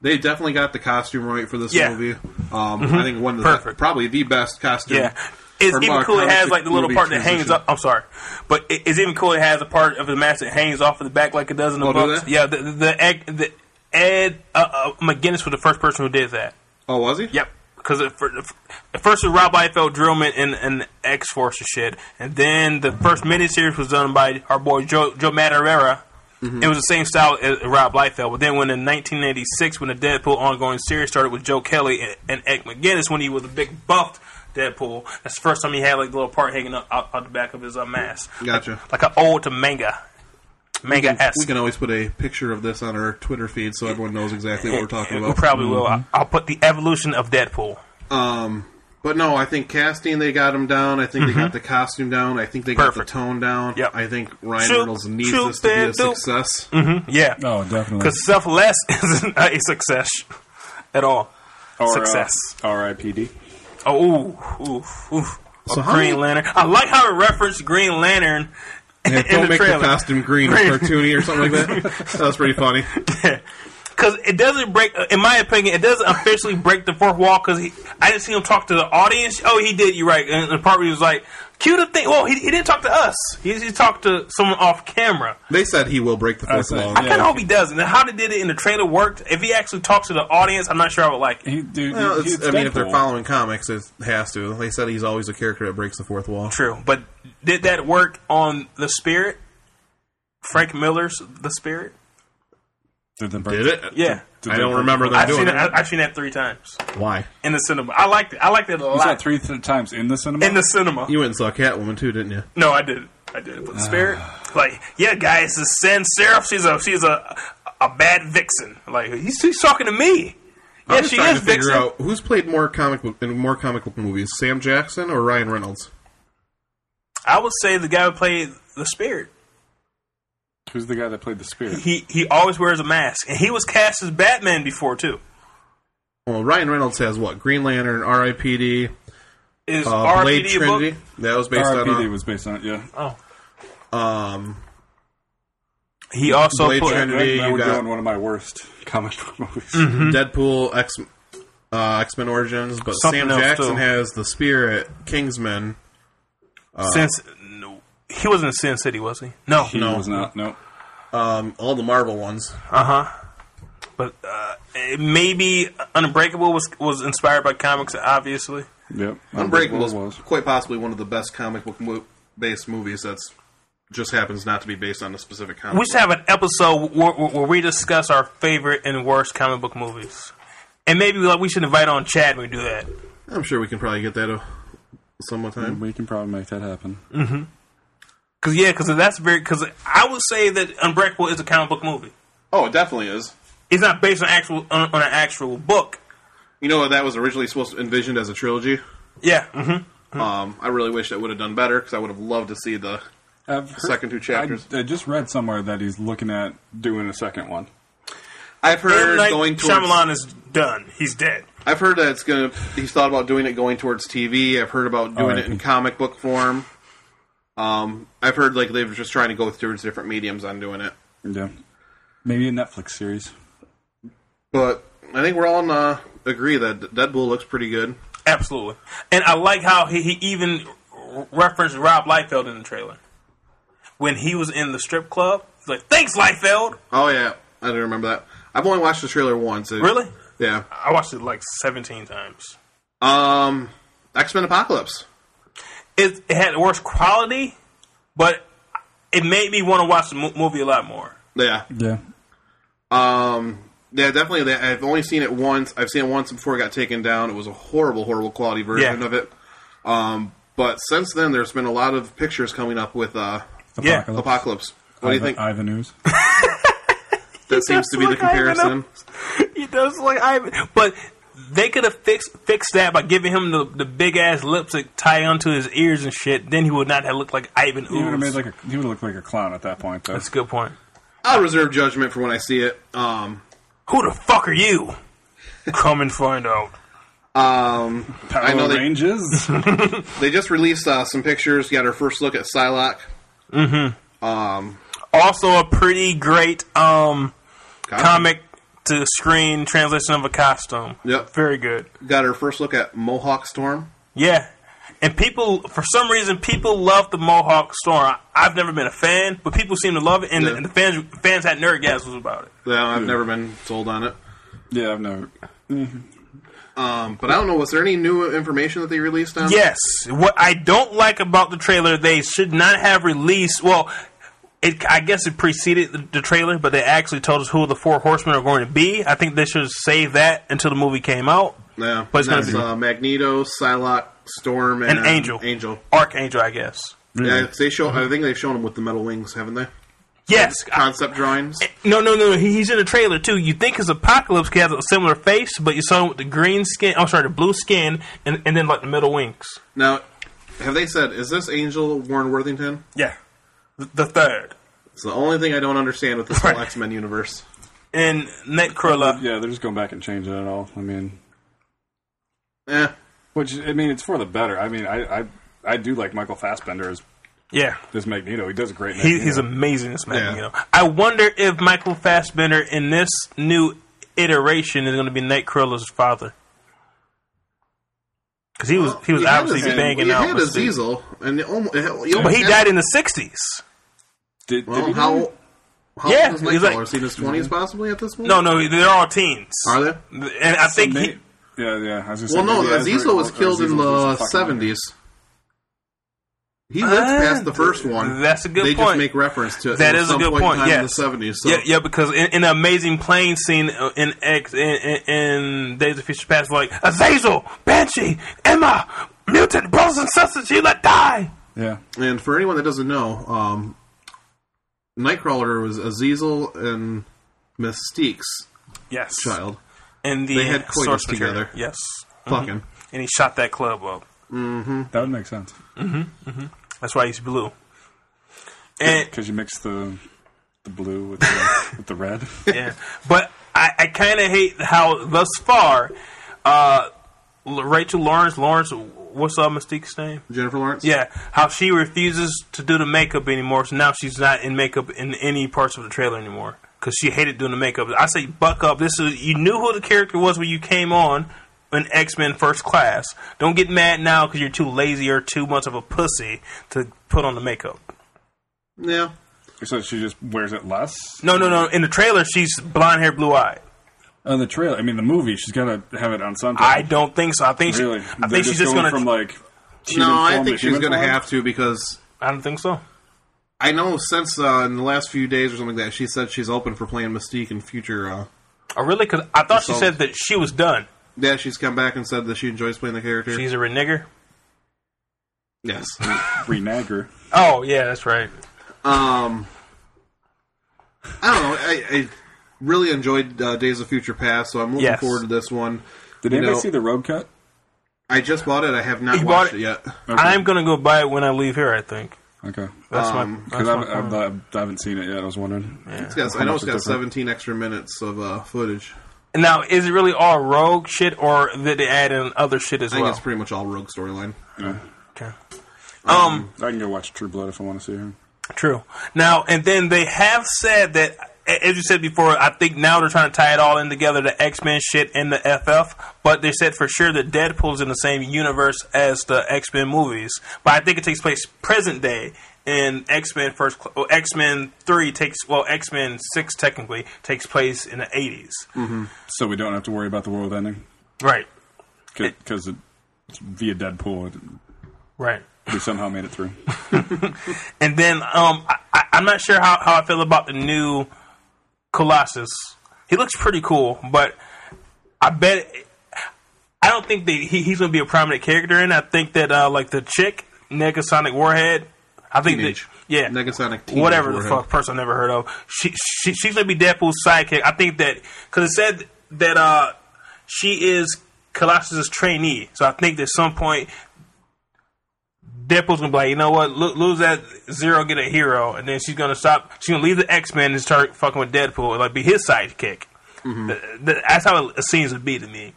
they definitely got the costume right for this Yeah. Mm-hmm. movie. Um, I think one of the Perfect. probably the best costume. Yeah. It's from even a cool it comic has book like the little movie part that hangs transition. up. I'm sorry, but it, it's even cool it has a part of the mask that hangs off of the back like it does in the Oh, do books. they? Yeah, the the, the, egg- the Ed uh, uh, McGinnis was the first person who did that. Oh, was he? Yep, because at fir- at first it was Rob Liefeld, Drillman, and, and X Force and shit, and then the first miniseries was done by our boy Joe Joe Madureira. Mm-hmm. It was the same style as Rob Liefeld, but then when in 1986, when the Deadpool ongoing series started with Joe Kelly and, and Ed McGuinness, when he was a big buffed Deadpool, that's the first time he had like the little part hanging up out, out the back of his uh, mask, Gotcha. like an ode to manga, manga esque. We can always put a picture of this on our Twitter feed so everyone knows exactly what we're talking about. Mm-hmm. probably will. I- I'll put the evolution of Deadpool. Um, but no, I think casting they got him down. I think they got the costume down. I think they got Mm-hmm. Perfect. the tone down. Yep. I think Ryan Shoot, Reynolds needs shoot this to be a that dope. success. Yeah. Oh, definitely. Because selfless isn't a success at all. Or, uh, Success. R.I.P.D. Oh, ooh, ooh, ooh. So Or how Green many- Lantern. I like how it referenced Green Lantern Yeah, in don't the make trailer. the costume green or Green. cartoony or something like that. that was pretty funny. because it doesn't break. In my opinion, it doesn't officially break the fourth wall because I didn't see him talk to the audience. Oh, he did. You're right. And the part where he was like, "Cue the thing." Well, he, he didn't talk to us. He, he talked to someone off camera. They said he will break the fourth said- wall. I I kind of hope he doesn't. And how they did it in the trailer worked. If he actually talks to the audience, I'm not sure I would like it. He, dude, Well, he- it's, it's I mean, if Deadpool. they're following comics, it has to. They said he's always a character that breaks the fourth wall. True, but did that work on the Spirit? Frank Miller's The Spirit. Did, them break- Did it? Yeah. did I they don't break- remember them I've doing seen, it, it. I've seen that three times Why? in the cinema. I liked it. I liked it a You saw it lot three th- times in the cinema. in the cinema. You went and saw Catwoman too, didn't you? No, I did. I did. But the spirit, Ah. like, yeah, guys, the Sans Serif, she's a she's a a bad vixen. Like, he's, he's talking to me. Yeah, I'm just she trying is to figure vixen. out who's played more comic book in more comic book movies, Sam Jackson or Ryan Reynolds. I would say the guy who played the spirit. Who's the guy that played the spirit? He he always wears a mask, and he was cast as Batman before too. Well, Ryan Reynolds has what? Green Lantern, R.I.P.D., Is uh, Blade RPD a book? Trinity. That was based on R.I.P.D. uh, was based on it. Yeah. Oh, um, he also Blade put Trinity. Right now you we're got- Mm, doing one of my worst comic book movies. Mm-hmm. Deadpool, X uh, X Men Origins, but Something Sam else, Jackson too. has the Spirit, Kingsman. since no, he wasn't in Sin City, was he? No, He was not. No. Um, all the Marvel ones. But uh, eh, maybe Unbreakable was was inspired by comics, obviously. Yep. Unbreakable is was. quite possibly one of the best comic book mo- based movies that's just happens not to be based on a specific comic. We should have an episode where, where we discuss our favorite and worst comic book movies, and maybe like we should invite on Chad when we do that. book. I'm sure we can probably get that uh, sometime. We can probably make that happen. Cause yeah, cause that's very. Cause I would say that Unbreakable is a comic book movie. Oh, it definitely is. It's not based on actual on, on an actual book. You know that was originally supposed to envisioned as a trilogy. Yeah, Mm-hmm. hmm Um, I really wish that would have done better because I would have loved to see the I've heard- second two chapters. I, I just read somewhere that he's looking at doing a second one. I've heard M. Night going towards Shyamalan is done. He's dead. I've heard that it's gonna. He's thought about doing it going towards TV. I've heard about doing it in R.I.P.. comic book form. Um, I've heard like they're just trying to go towards different mediums on doing it. Yeah. Maybe a Netflix series. But I think we're all in, uh, agree that Deadpool looks pretty good. Absolutely. And I like how he, he even r- referenced Rob Liefeld in the trailer when he was in the strip club. He's like, "Thanks, Liefeld." Oh yeah, I don't remember that. I've only watched the trailer once. It- Really? Yeah. I watched it like 17 times. Um, X Men Apocalypse. It, it had worse quality, but it made me want to watch the mo- movie a lot more. Yeah. Yeah. Um, yeah, definitely. That I've only seen it once. I've seen it once before it got taken down. It was a horrible, horrible quality version Yeah. of it. Um, but since then, there's been a lot of pictures coming up with uh, Yeah. Apocalypse. What do you think? Ivan News. that seems to be the Look, I even comparison. He does like I, but they could have fixed fixed that by giving him the, the big ass lipstick tie onto his ears and shit. Then he would not have looked like Ivan He would have made Ooze. like a, he would look like a clown at that point. Though. That's a good point. I'll reserve judgment for when I see it. Um, Who the fuck are you? Come and find out. um, Power I know they- Rangers. they just released uh, some pictures. Got our first look at Psylocke. Also, a pretty great um, Costume. comic to screen translation of a costume. Yep. Very good. Got our first look at Mohawk Storm. Yeah. And people, for some reason, people love the Mohawk Storm. I, I've never been a fan, but people seem to love it, and, Yeah. the, and the fans fans had nerdgasms about it. Well, I've never been sold on it. yeah, I've never. Um, but I don't know. Was there any new information that they released on? it? Yes. What I don't like about the trailer, they should not have released. Well, it, I guess it preceded the, the trailer, but they actually told us who the four horsemen are going to be. I think they should save that until the movie came out. Yeah, But it's gonna that's, be- uh, Magneto, Psylocke, Storm, and, An angel. Angel. Archangel, I guess. Yeah, they show. I think they've shown him with the metal wings, haven't they? Yes. I- Concept drawings. no, no, no. He, he's in the trailer too. You think his apocalypse he has a similar face, but you saw him with the green skin. I'm sorry, the blue skin, and, and then like the middle wings. Now, have they said is this Angel Warren Worthington? Yeah. The, the third It's the only thing I don't understand with this whole Right. X Men universe. and Nightcrawler. Yeah, they're just going back and changing it all. I mean, Eh. Which I mean, it's for the better. I mean, I I, I do like Michael Fassbender as, Yeah. as Magneto. He does a great. He, Magneto. he's amazing as Yeah. Magneto. I wonder if Michael Fassbender in this new iteration is going to be Nightcrawler's father. Because he was he was had obviously his- banging he out. had with his the- Diesel, and it almost, but he died in the sixties. Did, did Well, he how? How Yeah, old is he's like- Mm-hmm. Nightcrawler? Is he in his twenties, possibly at this point? No, no, they're all teens. Are they? And I think May- he, yeah, yeah. I was gonna Well, say, no, maybe Azizel Azrael- was killed in Azazel the was fucking- seventies. He lived Ah, past the first one. that's a good They just point. make reference to it. That at is a some good point in point, time in the yes. seventies. So. yeah, yeah, because in, in the amazing plane scene uh, in X in, in, in Days of Future Past, like Azazel, Banshee, Emma, mutant brothers and sisters, you let die. Yeah, And for anyone that doesn't know, um, Nightcrawler was Azazel and Mystique's Yes, child. Mm-hmm. and the They had coitus source material. together. Yes, Fucking. and he shot that club up. that would make sense That's why he's blue. And because you mix the the blue with the, with the red. yeah, but I, I kind of hate how thus far, uh, L- Rachel Lawrence, Lawrence, what's up, Mystique's name? Jennifer Lawrence. Yeah, how she refuses to do the makeup anymore. So now she's not in makeup in any parts of the trailer anymore because she hated doing the makeup. I say, buck up. This is you knew who the character was when you came on in X Men First Class. Don't get mad now because you're too lazy or too much of a pussy to put on the makeup. Yeah. so she just wears it less. No, no, no. In the trailer, she's blonde hair, blue eyed. On the trailer, I mean, the movie, she's got to have it on something. I don't think so. I think she, really. I They're think she's just gonna. from like. human No, I form think to she's human going to form? have to because I don't think so. I know since uh, in the last few days or something like that she said she's open for playing Mystique in future. Uh, Oh, really? Because I thought she So- said that she was done. yeah, she's come back and said that she enjoys playing the character. She's a renegger. yes. renagger. Oh yeah, that's right. Um, I don't know. I, I really enjoyed uh, Days of Future Past, so I'm looking Yes. forward to this one. Did You anybody know- see the road cut? I just bought it. I have not You bought watched it it? yet. I'm gonna go buy it when I leave here. I think Okay, that's Um, my. That's because my I, plan. I haven't seen it yet. I was wondering. It's got, I know much it's is got different? 17 extra minutes of uh, footage. now, is it really all rogue shit, or did they add in other shit as I think well? it's pretty much all Rogue storyline. okay. um, I can go watch True Blood if I want to see her. True. Now and then they have said that, a- as you said before, I think now they're trying to tie it all in together, the X Men shit and the FF. But they said for sure that Deadpool's in the same universe as the X Men movies. But I think it takes place present day. And X Men first, Cl- well, X Men three takes well, X Men six technically takes place in the 80s So we don't have to worry about the world ending Right. because it's via Deadpool. Right. We somehow made it through. And then um, I, I, I'm not sure how, how I feel about the new Colossus. He looks pretty cool, but I bet I don't think that he, he's going to be a prominent character. And I think that uh, like the chick Negasonic Warhead, I think Teenage. that yeah Negasonic teenage whatever the warhead. fuck person I never heard of. She, she she's gonna be Deadpool's sidekick. I think that because it said that uh she is Colossus's trainee, so I think that at some point Deadpool's gonna be like, you know what, Lo- lose that zero, get a hero, and then she's gonna stop. She's gonna leave the X Men and start fucking with Deadpool and like be his sidekick. Mm-hmm. Th- th- that's how it, it seems to be to me.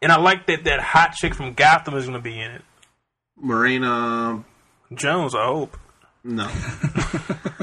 And I like that that hot chick from Gotham is gonna be in it. Marina. Jones, I hope. No.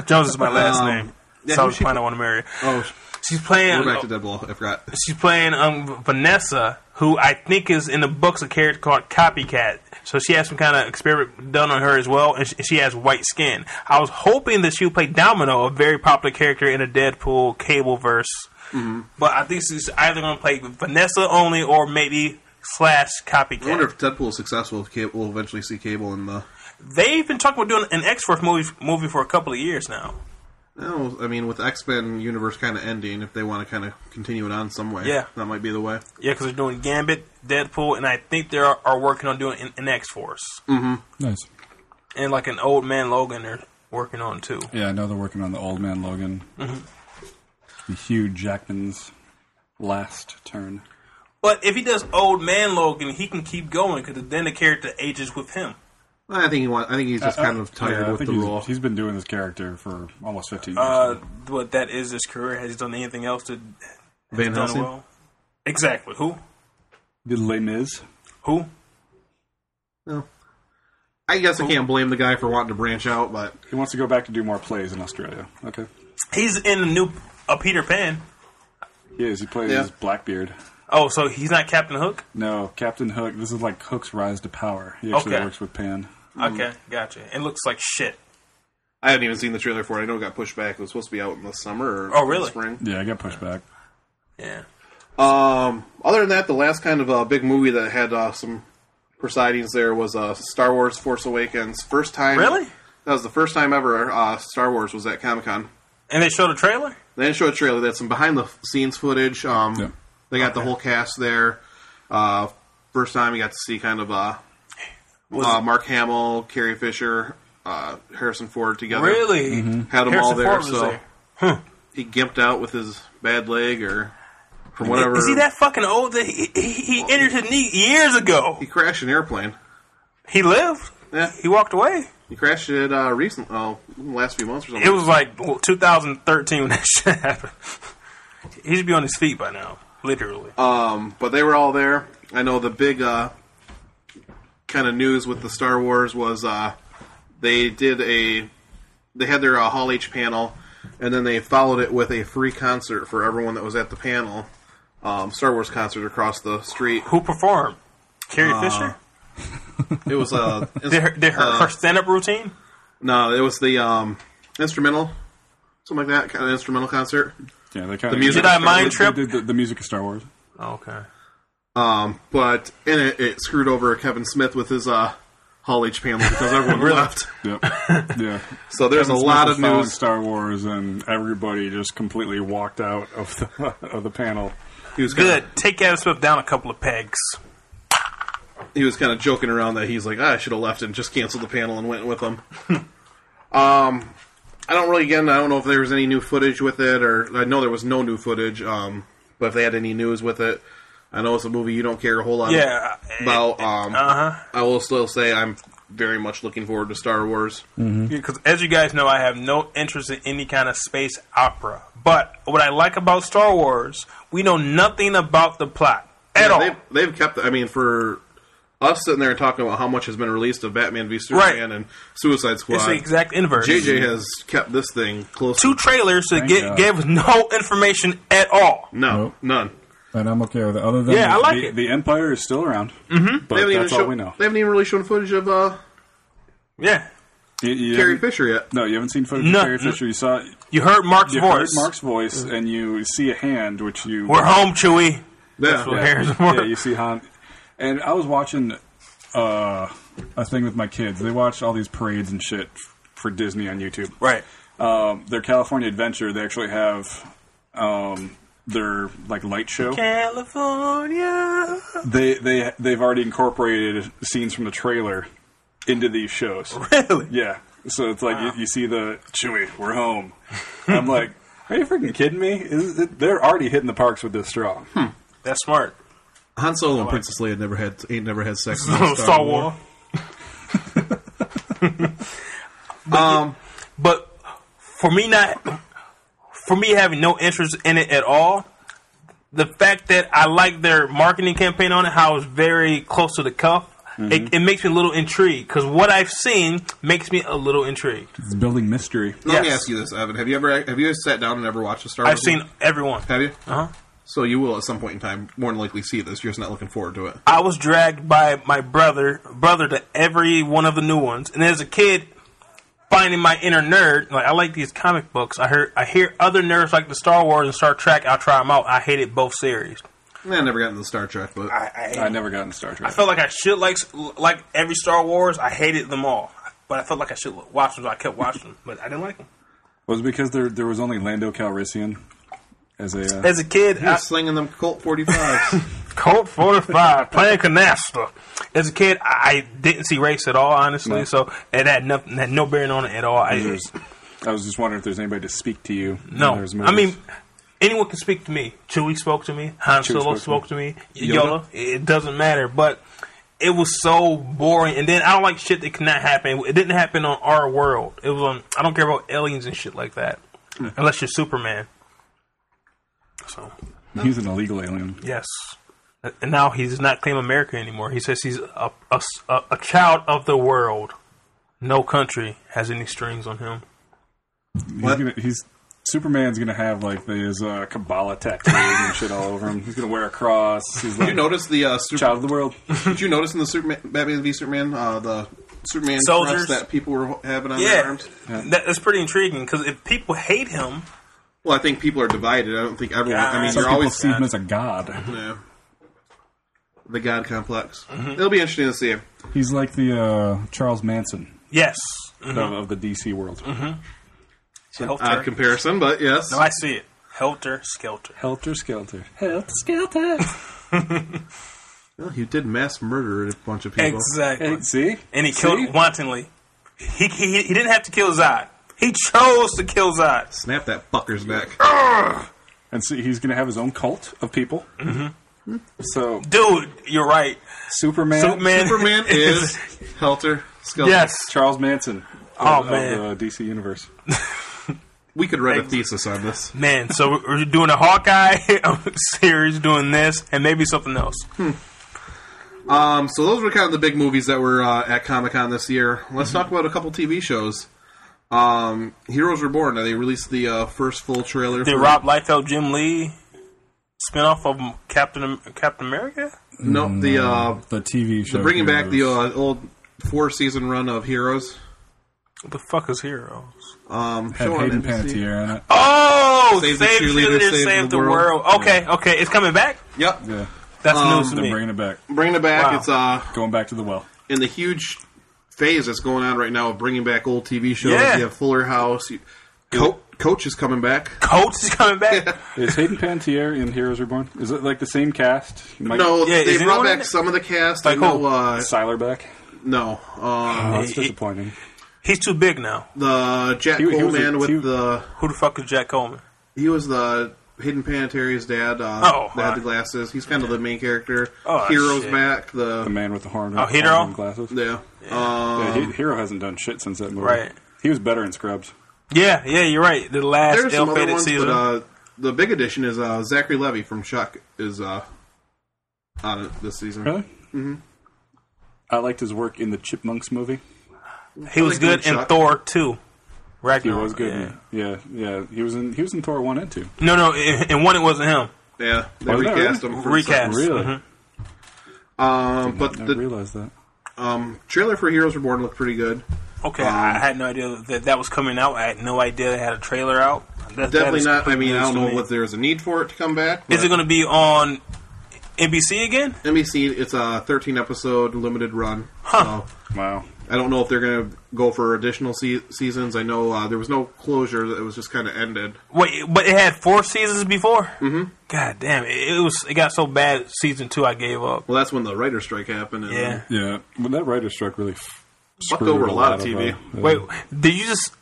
Jones is my last Um, name. yeah, so I who was she planning I want to marry. her. Oh, sh- She's playing. we're back to Deadpool. I forgot. she's playing um, Vanessa, who I think is in the books a character called Copycat. So she has some kind of experiment done on her as well, and she, she has white skin. I was hoping that she would play Domino, a very popular character in the Deadpool Cable verse. Mm-hmm. But I think she's either going to play Vanessa only, or maybe slash Copycat. I wonder if Deadpool is successful. If Cable, we'll eventually see Cable in the. They've been talking about doing an X Force movie movie for a couple of years now. No, I mean, with X Men universe kind of ending, if they want to kind of continue it on some way, Yeah. that might be the way. Yeah, because they're doing Gambit, Deadpool, and I think they are, are working on doing an, an X Force Nice. and like an Old Man Logan. They're working on too. Yeah, I know they're working on the Old Man Logan. The Hugh Jackman's last turn. But if he does Old Man Logan, he can keep going because then the character ages with him. I think he want, I think he's just kind of tired Uh, Yeah, I with think the he's- role. he's been doing this character for almost 15 years. Uh, but that is his career. Has he done anything else that Van done Helsing. well? Exactly. Who? the Les Mis. Who? I guess I can't blame the guy for wanting to branch out, but He wants to go back and do more plays in Australia. Okay. He's in the new uh, Peter Pan. He is. He plays Yeah. Blackbeard. Oh, so he's not Captain Hook? No, Captain Hook. This is like Hook's rise to power. He actually Okay. works with Pan. Okay, gotcha. It looks like shit. I haven't even seen the trailer for it. I know it got pushed back. It was supposed to be out in the summer or Oh, really? spring. Yeah, I got pushed back. Yeah. Um, other than that, the last kind of uh, big movie that had uh, some presidings there was uh, Star Wars Force Awakens. First time. Really? That was the first time ever uh, Star Wars was at Comic Con. And they showed a trailer? They didn't show a trailer. They had some behind the scenes footage. Um, Yeah. They got the whole cast there. Uh, first time you got to see kind of uh, Was uh, Mark Hamill, Carrie Fisher, uh, Harrison Ford together. really? Had them all Harrison there. Ford was so there. he gimped out with his bad leg or from whatever. Is he that fucking old that he, he, he injured his knee years ago? He crashed an airplane. He lived. Yeah, He walked away. he crashed it uh, recently. Oh, last few months or something. It was like well, 2013 when that shit happened. he should be on his feet by now, literally. but they were all there. I know the big uh, kind of news with the Star Wars was uh, they did a they had their uh, Hall H panel, and then they followed it with a free concert for everyone that was at the panel. Um, Star Wars concert across the street. Who performed? Carrie Fisher? It was uh, Did her, did her, uh, her stand up routine? no, it was the um, instrumental, something like that, kind of instrumental concert. Yeah, they kind The music- Did I mind They trip? did the, the music of Star Wars. Okay. Um, but in it, it screwed over Kevin Smith with his uh, Hall H panel because everyone left. Yep. yeah. So there's Kevin a Smith lot was of following news. Star Wars, and everybody just completely walked out of the of the panel. He was kinda- Good. Take Adam Smith down a couple of pegs. he was kind of joking around that he's like, "Ah, I should have left and just canceled the panel and went with him. um, I don't really again. I don't know if there was any new footage with it, or I know there was no new footage. Um, but if they had any news with it, I know it's a movie you don't care a whole lot Yeah. about. Um, Uh I will still say I'm very much looking forward to Star Wars. huh. Because as you guys know, I have no interest in any kind of space opera. But what I like about Star Wars, we know nothing about the plot Yeah, at all. They've, they've kept. I mean, for us sitting there and talking about how much has been released of Batman v Superman Right. and Suicide It's the Squad, exact inverse. JJ has kept this thing close. Two trailers that get, God. gave us no information at all. no, Nope. none. And I'm okay with it. Other than Yeah, I like the, it. the Empire is still around, mm-hmm. but They haven't that's even all show- we know. They haven't even really shown footage of uh, Yeah. You- you Carrie haven't- Fisher yet. No, you haven't seen footage No. of Carrie Fisher. You saw You heard Mark's you voice. heard Mark's voice, and you see a hand, which you We're home, Chewie. Yeah. what- Yeah. Harris Yeah, Ford. you see Han. And I was watching uh, a thing with my kids. They watch all these parades and shit f- for Disney on YouTube. Right. Um, their California Adventure, they actually have um, their like light show. California. They they they've already incorporated scenes from the trailer into these shows. Really? Yeah. So it's like you, you see the Chewy, we're home. I'm like, are you freaking kidding me? Is it, they're already hitting the parks with this straw. Hmm. That's smart. Han Solo and Princess Leia never had ain't never had sex. in Star, Wars. Um, But for me not for me having no interest in it at all, the fact that I like their marketing campaign on it, how it's very close to the cuff, it, it makes me a little intrigued because what I've seen makes me a little intrigued. It's building mystery. let me Yes. ask you this, Evan: Have you ever have you sat down and ever watched a Star Wars? I've seen movie? everyone. Have you? Uh-huh. So you will at some point in time more than likely see this. You're just not looking forward to it. I was dragged by my brother brother to every one of the new ones, and as a kid, finding my inner nerd, like I like these comic books. I heard I hear other nerds like the Star Wars and Star Trek. I try them out. I hated both series. Nah, I never got into Star Trek, but I, I, I never got into Star Trek. I felt like I should like like every Star Wars. I hated them all, but I felt like I should watch them, so I kept watching them. But I didn't like them Was it because there there was only Lando Calrissian as a uh, as a kid. I I, was slinging them Colt 45s. Colt 45 playing canasta. As a kid, I I didn't see race at all, honestly. No. So it had nothing, had no bearing on it at all. I, there's- I was just wondering if there's anybody to speak to you. in No, those I movies. mean, anyone can speak to me. Chewie spoke to me. Han Solo spoke spoke to to me. Yoda? Yoda. It doesn't matter. But it was so boring. And then I don't like shit that cannot happen. It didn't happen on our world. It was on. I don't care about aliens and shit like that, unless you're Superman. So he's an illegal alien. yes, And now he does not claim America anymore. He says he's a, a, a child of the world. No country has any strings on him. He's, What? gonna, he's Superman's gonna have like his uh, Kabbalah tattoos and shit all over him. He's gonna wear a cross. He's Did like you notice the uh, super, child of the world. Did you notice in the Superman, Batman v Superman, uh, the Superman Soldiers. cross that people were having on their Yeah, arms? that, that's pretty intriguing because if people hate him, Well, I think people are divided. I don't think everyone. I mean, Some Some you're people always see him as a god. Yeah. the God complex. It'll be interesting to see. He's like the uh, Charles Manson yes, of, of the DC world. helter. Odd comparison, but yes. no, Oh, I see it. Helter skelter. Helter Skelter. Helter Skelter. Well, he did mass murder a bunch of people. Exactly. Hey, see? and he See? killed wantonly. He, he he didn't have to kill Zod. He chose to kill Zod. Snap that fucker's neck. And so he's going to have his own cult of people. Mm-hmm. So Dude, you're right. Superman, Superman, Superman is Helter Skelter. yes. Charles Manson. Oh, of, man. of the DC universe. We could write a thesis on this. Man, so we're- we're doing a Hawkeye series, doing this, and maybe something else. Um, so those were kind of the big movies that were uh, at Comic Con this year. Let's talk about a couple TV shows. Um, Heroes Reborn. Now they released the uh, first full trailer. Did for- Rob Liefeld, Jim Lee, spin off of Captain Am- Captain America? No, the uh, The TV show. the bringing back the heroes. uh, old four season run of Heroes. What the fuck is Heroes? Um, Had show on Hayden NBC. Panettiere in it. Oh, Save save, the the cheerleader, cheerleader, save, the, world. Okay, okay, it's coming back. Yep, Yeah. That's Um, news to They're me. bringing it back. bringing it back. Wow. It's uh, Going back to the well. in the huge phase that's going on right now of bringing back old TV shows. Yeah. You have Fuller House. You, Co- Coach is coming back. Coach is coming back. Is Hayden Panettiere in Heroes Reborn? Is it like the same cast? Mike No, Yeah, they is brought anyone in back it? some of the cast. Like I know. who? Uh, Seiler back? no, um, Oh, that's he- disappointing. He's too big now. the Jack He- he was Coleman a- with he- the Who the fuck is Jack Coleman? he was the Hidden Planetary's dad. Uh, Oh, that had the uh, glasses. He's kind of the main character. Oh, Heroes shit. back. The, The man with the horn. Oh, Hero? horn and glasses. yeah. Uh, Yeah, Um, he, Hero hasn't done shit since that movie. Right. He was better in Scrubs. Yeah, yeah, you're right. The last there's some other ill-fated ones, season. but uh, the big addition is uh, Zachary Levy from Chuck is uh, on it this season. Really? Mm-hmm. I liked his work in the Chipmunks movie. he was I like good in Chuck. Thor two. He Ragnarok. was good. Yeah. in- Yeah. yeah, He was in. He was in Thor one and two. No, no, in, in one it wasn't him. Yeah, they Was that recast really? him. For Oh, Recast. Really? Mhm. Um, but I the realized that. um, trailer for Heroes Reborn looked pretty good. Okay, I I Um, had no idea that that was coming out. I had no idea they had a trailer out. That- that Definitely is not. I complete mean, I news don't to know me. what there's a need for it to come back. Is it going to be on NBC again? to NBC? It's a 13 episode limited run. So Wow. I don't know if they're going to go for additional se- seasons. I know uh, there was no closure; it was just kind of ended. Wait, but it had four seasons before. Mm-hmm. God damn, it, it was it got so bad. Season two, I gave up. Well, that's when the writer strike happened. And um, Yeah. Yeah. Well, that writer struck really. F- Fucked screwed over a lot of uh, TV. yeah. Wait, did you just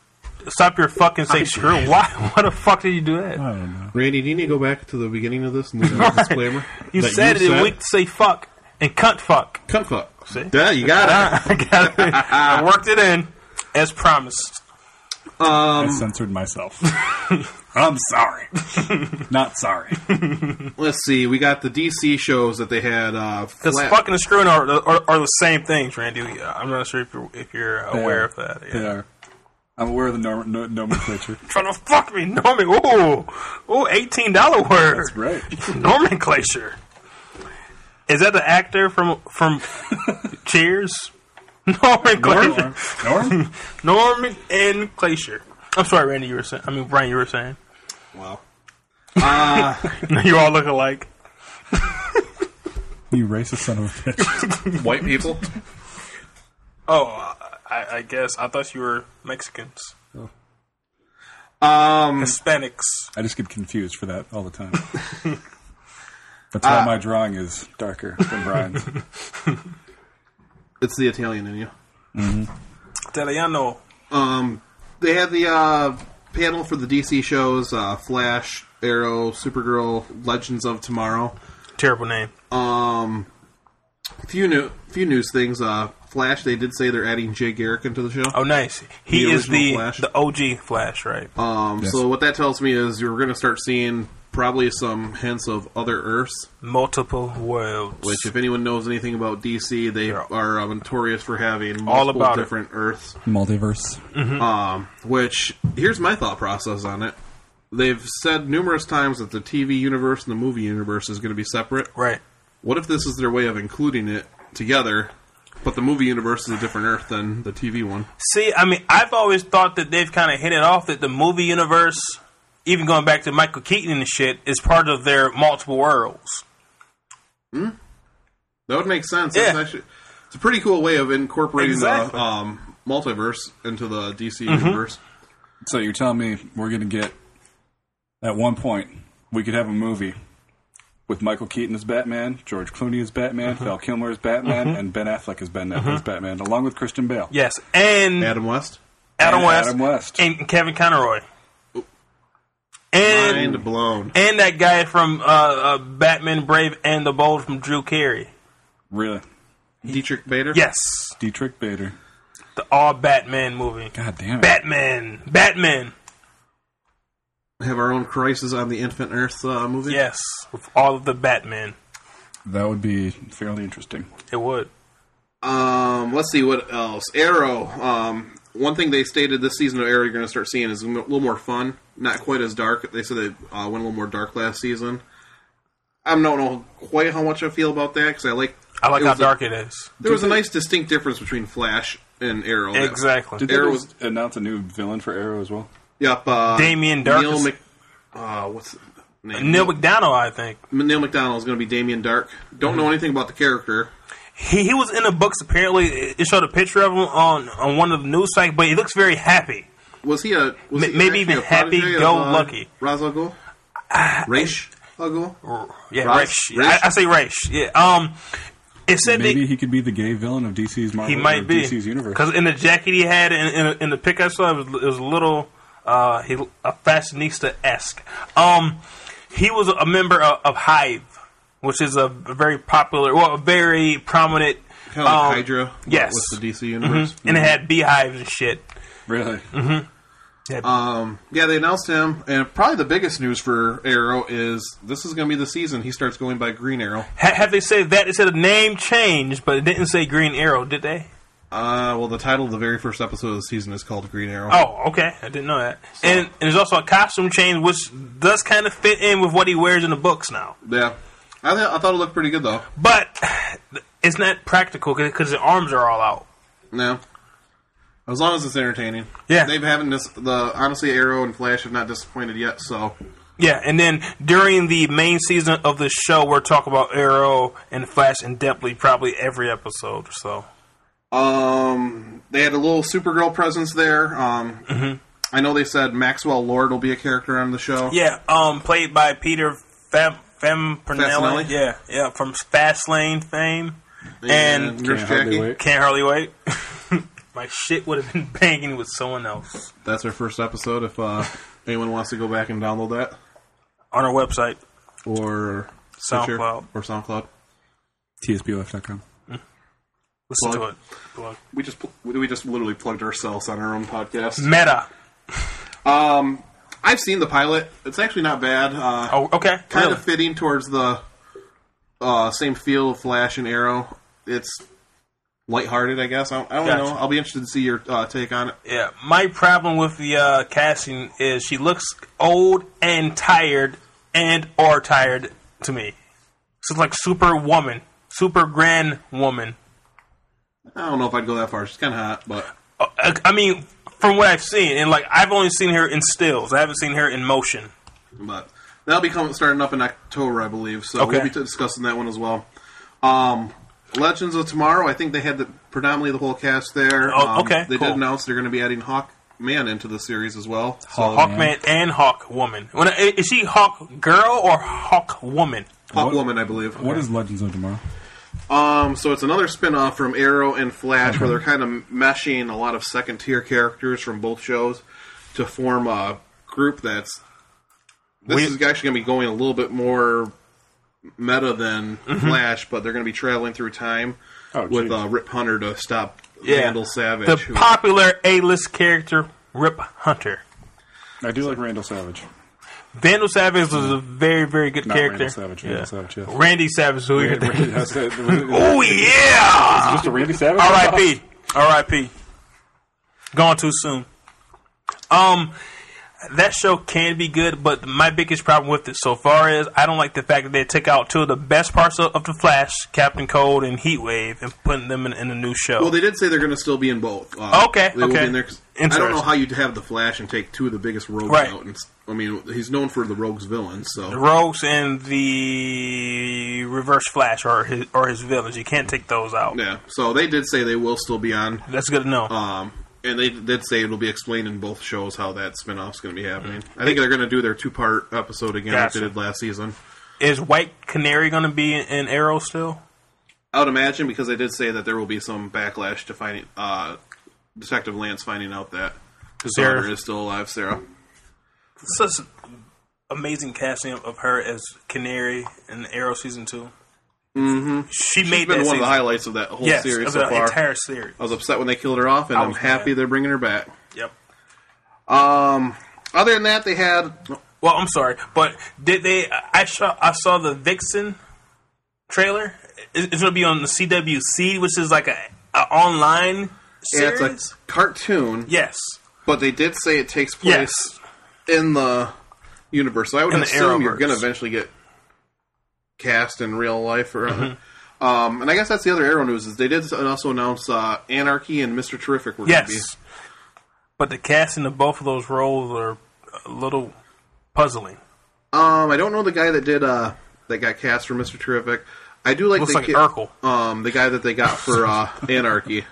stop your fucking say screw? Why? Why the fuck did you do that? I don't know. Randy, do you need to go back to the beginning of this and do a disclaimer? You That said it in week to say fuck and cunt fuck. Cunt fuck. See? Yeah, you got it. I got it. I worked it in as promised. I censored myself. I'm sorry. Not sorry. Let's see. We got the DC shows that they had. Uh, Because Flash- fucking and screwing are, are, are the same things, Randy. I'm not sure if you're, if you're aware of that. Yeah. Yeah. I'm aware of the norm- no- nomenclature. Trying to fuck me, Norman. Ooh, ooh, eighteen dollar word. That's right. Nomenclature. Is that the actor from from Cheers? Nomenclature. Norm. Norm. Norman and Glacier. I'm sorry, Randy. You were saying. I mean, Brian. You were saying. Wow. you all look alike. You racist son of a bitch. White people. Oh, I, I guess I thought you were Mexicans, Oh. Um, Hispanics. I just get confused for that all the time. That's Uh, why my drawing is darker than Brian's. it's the Italian in you. Italiano. Um, they had the uh, panel for the DC shows: uh, Flash, Arrow, Supergirl, Legends of Tomorrow. Terrible name. Few new, few news things. Uh, Flash. They did say they're adding Jay Garrick into the show. Oh, nice. He The is original the Flash. Uh, the OG Flash, right? Um, So what that tells me is you're going to start seeing probably some hints of other Earths, Multiple worlds. which, if anyone knows anything about DC, they Yeah. are uh, notorious for having multiple All about it. different Earths. Multiverse. Which here's my thought process on it. They've said numerous times that the TV universe and the movie universe is going to be separate. right. What if this is their way of including it together? But the movie universe is a different Earth than the TV one. See, I mean, I've always thought that they've kind of hit it off that the movie universe, even going back to Michael Keaton and shit, is part of their multiple worlds. That would make sense. That's Yeah. actually, it's a pretty cool way of incorporating Exactly. Mm-hmm. the um, multiverse into the DC universe. So you're telling me we're going to get at one point we could have a movie with Michael Keaton as Batman, George Clooney as Batman, Uh-huh. Val Kilmer as Batman, and Ben Affleck as Ben Affleck as Batman, along with Christian Bale. Yes, and Adam Adam, West. and West, Adam West. and Kevin Conroy, and Mind blown. and that guy from uh, uh, Batman Brave and the Bold from Drew Carey. Really, Dietrich Bader. Yes, Dietrich Bader. the all Batman movie. God damn it! Batman, Batman. Have our own crisis on the infant Earth uh, movie. Yes, with all of the Batman, That would be fairly interesting. it would. Um, let's see what else. Arrow. Um, one thing they stated this season of Arrow you're going to start seeing is a m- little more fun, not quite as dark. They said they uh, went a little more dark last season. I don't know quite how much I feel about that because I like. I like it how was a- dark it is. there was a nice distinct difference between Flash and Arrow. That- Exactly. Did they Arrow just announce a new villain for Arrow as well? Yep. Uh, Damian Dark Neil is- Mc, uh, what's the name? Neil McDonough, I think. Neil McDonald is going to be Damian Dark. Don't Mm-hmm. know anything about the character. He, he was in the books apparently. It showed a picture of him on, on one of the news sites, but he looks very happy. Was he a was M- he maybe actually even a protege happy of, go uh, lucky. Ah, Ra's al Ghul? Raish al Ghul? Yeah, Rice? Reich. Reich? I, I say Reich. Yeah. Um, it said Maybe that he could be the gay villain of DC's Marvel he or might be DC's universe. because in the jacket he had in, in, in the pic I saw, it was, it was a little uh, he a fashionista esque. Um, he was a member of, of Hive, which is a very popular, well, a very prominent. Kind of like um, Hydra. yes. Mm-hmm. With the DC universe. and it had beehives and shit. Really, It had Yeah, they announced him, and probably the biggest news for Arrow is this is going to be the season he starts going by Green Arrow. Ha- have they said that? It said a name change, but it didn't say Green Arrow, did they? Uh, well, the title of the very first episode of the season is called Green Arrow. Oh, okay. I didn't know that. And, and there's also a costume change, which does kind of fit in with what he wears in the books now. Yeah. I, th- I thought it looked pretty good, though. But it's not practical because the arms are all out. No. As long as it's entertaining. Yeah. They haven't dis- the honestly Arrow and Flash have not disappointed yet, so Yeah, and then during the main season of the show, we're talking about Arrow and Flash and depthly probably every episode or so. um they had a little Supergirl presence there. Um Mm-hmm. I know they said Maxwell Lord will be a character on the show. Yeah, um, played by Peter Fem Fampinelli. Fasinelli? Yeah, yeah, from Fastlane fame. And Nurse Can't hardly Jackie. wait. Can't hardly wait. My shit would have been banging with someone else That's our first episode if uh anyone wants to go back and download that. on our website. Or Stitcher SoundCloud. or SoundCloud. TSBOF.com. Listen Plug. to it. Plug. We just pl- we just literally plugged ourselves on our own podcast. Meta. I've seen the pilot. It's actually not bad. Uh, Oh, okay. kind Really? of fitting towards the uh, same feel of Flash and Arrow. It's lighthearted, I guess. I don't, I don't Gotcha. know. I'll be interested to see your uh, take on it. Yeah. My problem with the uh, casting is she looks old and tired and or tired to me. She's like super woman, super grand woman. I don't know if I'd go that far. She's kind of hot, but Uh, I, I mean, from what I've seen, and like I've only seen her in stills. I haven't seen her in motion. but that'll be coming starting up in October, I believe. So Okay. we'll be t- discussing that one as well. Um, Legends of Tomorrow. I think they had the, predominantly the whole cast there. Oh, Um, okay, They cool. did announce they're going to be adding Hawkman into the series as well. So Hawkman and Hawk Woman. When, i- is she Hawk Girl or Hawk Woman? Hawkwoman, I believe. What is Legends of Tomorrow? Um, so it's another spin-off from Arrow and Flash where they're kind of meshing a lot of second-tier characters from both shows to form a group that's this We- is actually going to be going a little bit more meta than Mm-hmm. Flash, but they're going to be traveling through time with uh, Rip Hunter to stop Vandal Savage. Oh, the who- popular A-list character Rip Hunter. I do like Randall Savage. Vandal Savage was a very, very good Not character. Randall Savage, Randall Savage, yes. Randy Savage. Who Randy- you think? Randy- that's it. Was Oh yeah! it Just a Randy Savage. R.I.P. R.I.P. Gone too soon. Um, that show can be good, but my biggest problem with it so far is I don't like the fact that they took out two of the best parts of, of the Flash, Captain Cold and Heat Wave, and putting them in, in a new show. Well, they did say they're going to still be in both. Uh, Okay, they will okay. Be in there 'cause I don't know Interesting. how you'd have the Flash and take two of the biggest rogues Right. out. And, s- I mean, he's known for the rogues villains, so the Rogues and the Reverse Flash or his or his villains. You can't take those out. yeah. So they did say they will still be on, That's good to know. um, and they did say it'll be explained in both shows how that spinoff's going to be happening. I think they're going to do their two part episode again like they Mm-hmm. Gotcha. did last season. is White Canary going to be in, in Arrow still? I would imagine because they did say that there will be some backlash to finding uh, Detective Lance finding out that his Sarah. daughter is still alive, Sarah. such amazing casting of her as Canary in Arrow season 2 Mm-hmm. She made It's been that one season. of the highlights of that whole yes, series of so the far. entire series. I was upset when they killed her off, and I'm was happy mad. they're bringing her back. Yep. Um, other than that, they had Well, I'm sorry, but did they? I saw I saw the Vixen trailer. It- It's going to be on the CWC, which is like a, a online yeah, series. it's a cartoon, yes, but they did say it takes place in the universe. So I would In the assume you're Arrowverse. going to eventually get cast in real life, or Mm-hmm. um, and I guess that's the other Arrow news is they did also announce uh, Anarchy and Mister Terrific were going to be. yes. But the casting of both of those roles are a little puzzling. Um, I don't know the guy that did uh that got cast for Mister Terrific. I do like Looks the like Urkel. Um, the guy that they got for uh, Anarchy.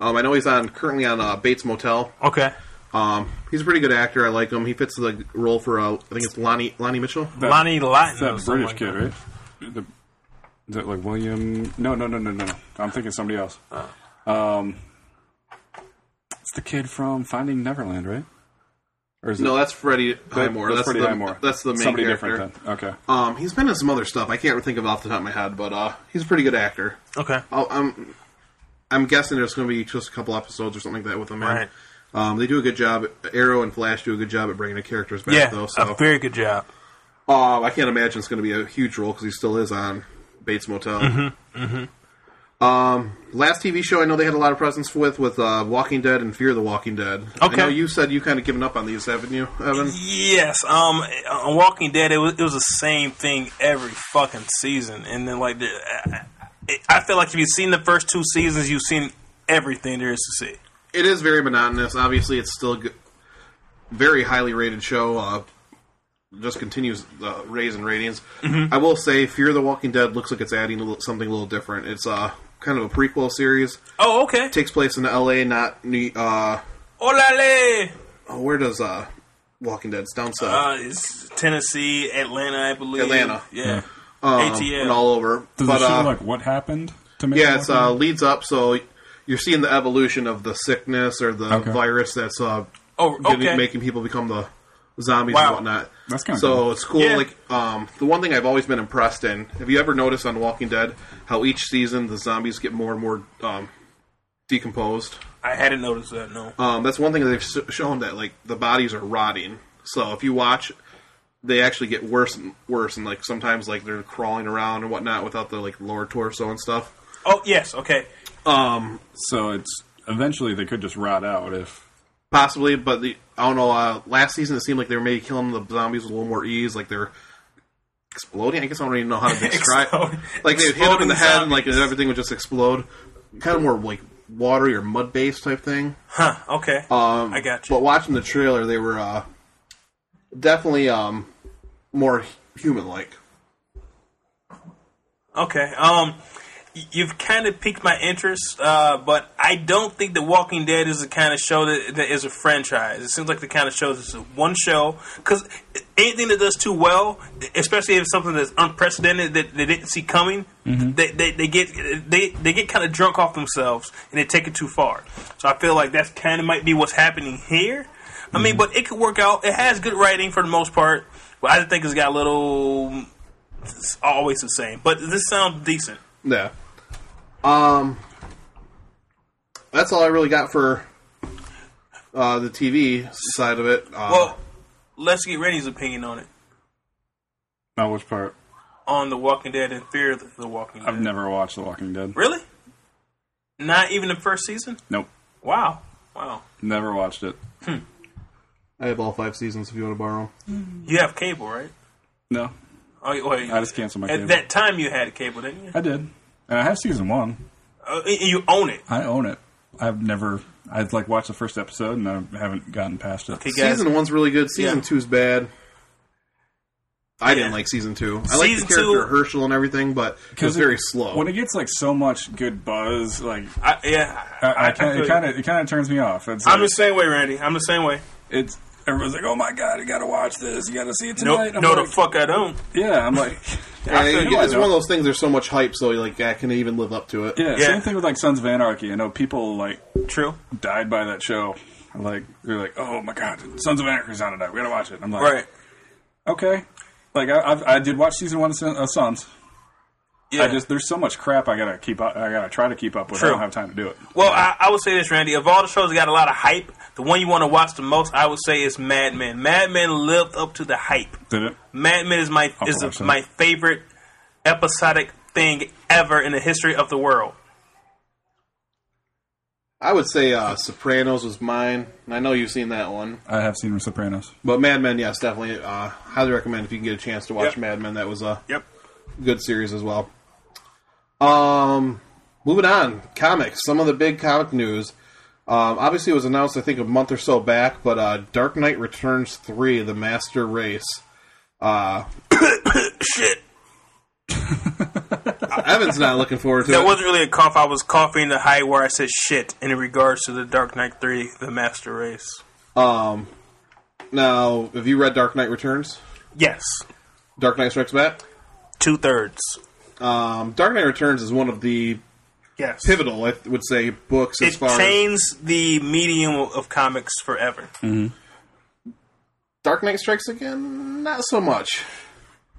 Um, I know he's on currently on uh, Bates Motel. Okay, Um, he's a pretty good actor. I like him. He fits the role for uh, I think it's Lonnie Lonnie Mitchell. Lonnie Lytton, or That something British like kid, that. right? The, is that like William? No, no, no, no, no. no. I'm thinking somebody else. Ah. Um, it's the kid from Finding Neverland, right? Or is No, it, that's Freddie Highmore. That's, Freddie the, Highmore. That's the main somebody character. different then. Okay. Um, he's been in some other stuff. I can't think of off the top of my head, but uh, he's a pretty good actor. Okay, I'll, I'm I'm guessing there's going to be just a couple episodes or something like that with him. in. Right. Um, they do a good job. Arrow and Flash do a good job at bringing the characters back, yeah, though. So a very good job. Um, I can't imagine it's going to be a huge role because he still is on Bates Motel. Mm-hmm, Um, last TV show I know they had a lot of presence with with uh, Walking Dead and Fear the Walking Dead. I Okay. know you said you kind of given up on these, haven't you, Evan? Yes, um, on Walking Dead, it was it was the same thing every fucking season, and then like, the, I- I I feel like if you've seen the first two seasons, you've seen everything there is to see. It is very monotonous. Obviously, it's still g- very highly rated show. Uh, just continues uh, raising ratings. I will say, Fear the Walking Dead looks like it's adding a little, something a little different. It's uh, kind of a prequel series. Oh, okay. takes place in L.A., not New. Uh, Olale! oh, where does uh, Walking Dead? It's down south. Uh, it's Tennessee, Atlanta, I believe. Atlanta. yeah. um, ATL. and all over. Does but it show uh, like what happened to me? yeah, it's uh, leads up. So you're seeing the evolution of the sickness or the Okay. virus that's uh, Oh, getting- okay. making people become the zombies and Wow. whatnot. That's kinda so cool. it's cool. Yeah. Like um, the one thing I've always been impressed in. Have you ever noticed on Walking Dead how each season the zombies get more and more um, decomposed? I hadn't noticed that. No. Um, that's one thing that they've s- shown that like the bodies are rotting. So if you watch, they actually get worse and worse, and like sometimes like they're crawling around and whatnot without the like lower torso and stuff. oh, yes. Okay. So it's eventually they could just rot out if. Possibly, but the I don't know. Uh, last season, it seemed like they were maybe killing the zombies with a little more ease, like they're exploding. I guess I don't even know how to describe. Exploding- like they would hit them in the exploding head, and like zombies. everything would just explode. Kind of more like watery or mud based type thing. Huh. Okay. Um, I got you. But watching the trailer, they were uh, definitely um, more human like. Okay. Um, y- you've kind of piqued my interest, uh, but I don't think that Walking Dead is the kind of show that, that is a franchise. It seems like the kind of show that's one show because anything that does too well, especially if it's something that's unprecedented that they didn't see coming, they, they, they get they they get kind of drunk off themselves and they take it too far. So I feel like that's kind of might be what's happening here. I mean, but it could work out. It has good writing for the most part, but I think it's got a little it's always the same. But this sounds decent. Yeah. Um, that's all I really got for uh, the TV side of it. Uh, Well, let's get Randy's opinion on it. Not which part? On The Walking Dead and Fear of the Walking Dead. I've never watched The Walking Dead. Really? Not even the first season? Nope. Wow. Wow. Never watched it. I have all five seasons if you want to borrow 'em. You have cable, right? No. Oh, you- wait. I just canceled my At cable. that time, you had cable, didn't you? I did. And I have season one. Uh, and you own it. I own it. I've never. I'd like watched the first episode and I haven't gotten past it. Okay, guys. Season one's really good. Season Yeah. two's bad. I didn't Yeah. like season two. I like the Season character two- Herschel and everything, but it was it- very slow. When it gets like so much good buzz, like I, yeah. I, I, I kind feel it you. kind of it kind of turns me off. It's I'm like, the same way, Randy. I'm the same way. it's everyone's like, oh my god, you got to watch this, you got to see it No, tonight. I'm no, like, the fuck I don't. Yeah, I'm like, And I it- feel you. it's one of those things. There's so much hype, so like I can even live up to it. yeah, Yeah. Same thing with like Sons of Anarchy. I know people like True. died by that show. Like they're like, oh my god, Sons of Anarchy's on tonight. We got to watch it. I'm like, Right. okay. Like I, I've, I did watch season one of Son- of Sons. Yeah. I just there's so much crap I gotta keep up. I gotta try to keep up with. True. I don't have time to do it. Well, I, I would say this, Randy. Of all the shows that got a lot of hype, the one you want to watch the most, I would say, is Mad Men. Mad Men lived up to the hype. Did it? Mad Men is my I'll is watch that. my favorite episodic thing ever in the history of the world. I would say uh, Sopranos was mine. And I know you've seen that one, I have seen Sopranos. but Mad Men, yes, definitely. Uh, highly recommend if you can get a chance to watch Yep. Mad Men. That was uh, a Yep. good series as well. Um, moving on, comics. Some of the big comic news. Um, obviously, it was announced I think a month or so back, but uh, Dark Knight Returns three, The Master Race. Uh, Shit. Evan's not looking forward to That it. wasn't really a cough. I was coughing the high where I said shit in regards to the Dark Knight 3, The Master Race. um, now, have you read Dark Knight Returns? Yes. Dark Knight Strikes Back. Two thirds. Um, Dark Knight Returns is one of the Yes. pivotal, I would say, books as It far as changed the medium of comics forever. Dark Knight Strikes Again. Not so much.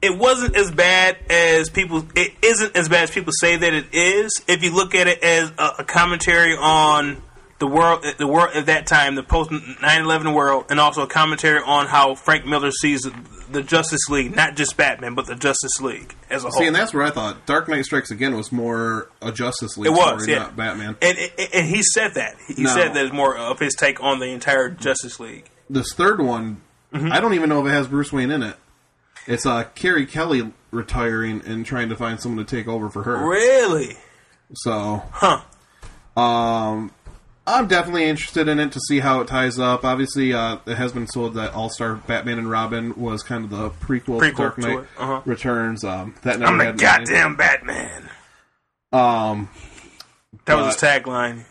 it wasn't as bad as people. It isn't as bad as people say that it is. If you look at it as a, a commentary on the world, the world at that time, the post 9/11 world, and also a commentary on how Frank Miller sees the Justice League, not just Batman, but the Justice League as a whole. See, and that's where I thought Dark Knight Strikes Again was more a Justice League it was, story, yeah. not Batman. and, and and he said that he No. said that is more of his take on the entire Justice League. this third one, Mm-hmm. I don't even know if it has Bruce Wayne in it. It's uh, Carrie Kelly retiring and trying to find someone to take over for her. Really? So, Huh. um, I'm definitely interested in it to see how it ties up. Obviously, uh, it has been sold that All Star Batman and Robin was kind of the prequel, to Prequel Dark to Knight it, uh-huh. Returns. Um, that never I'm the had any- goddamn Batman. Um, That was his tagline.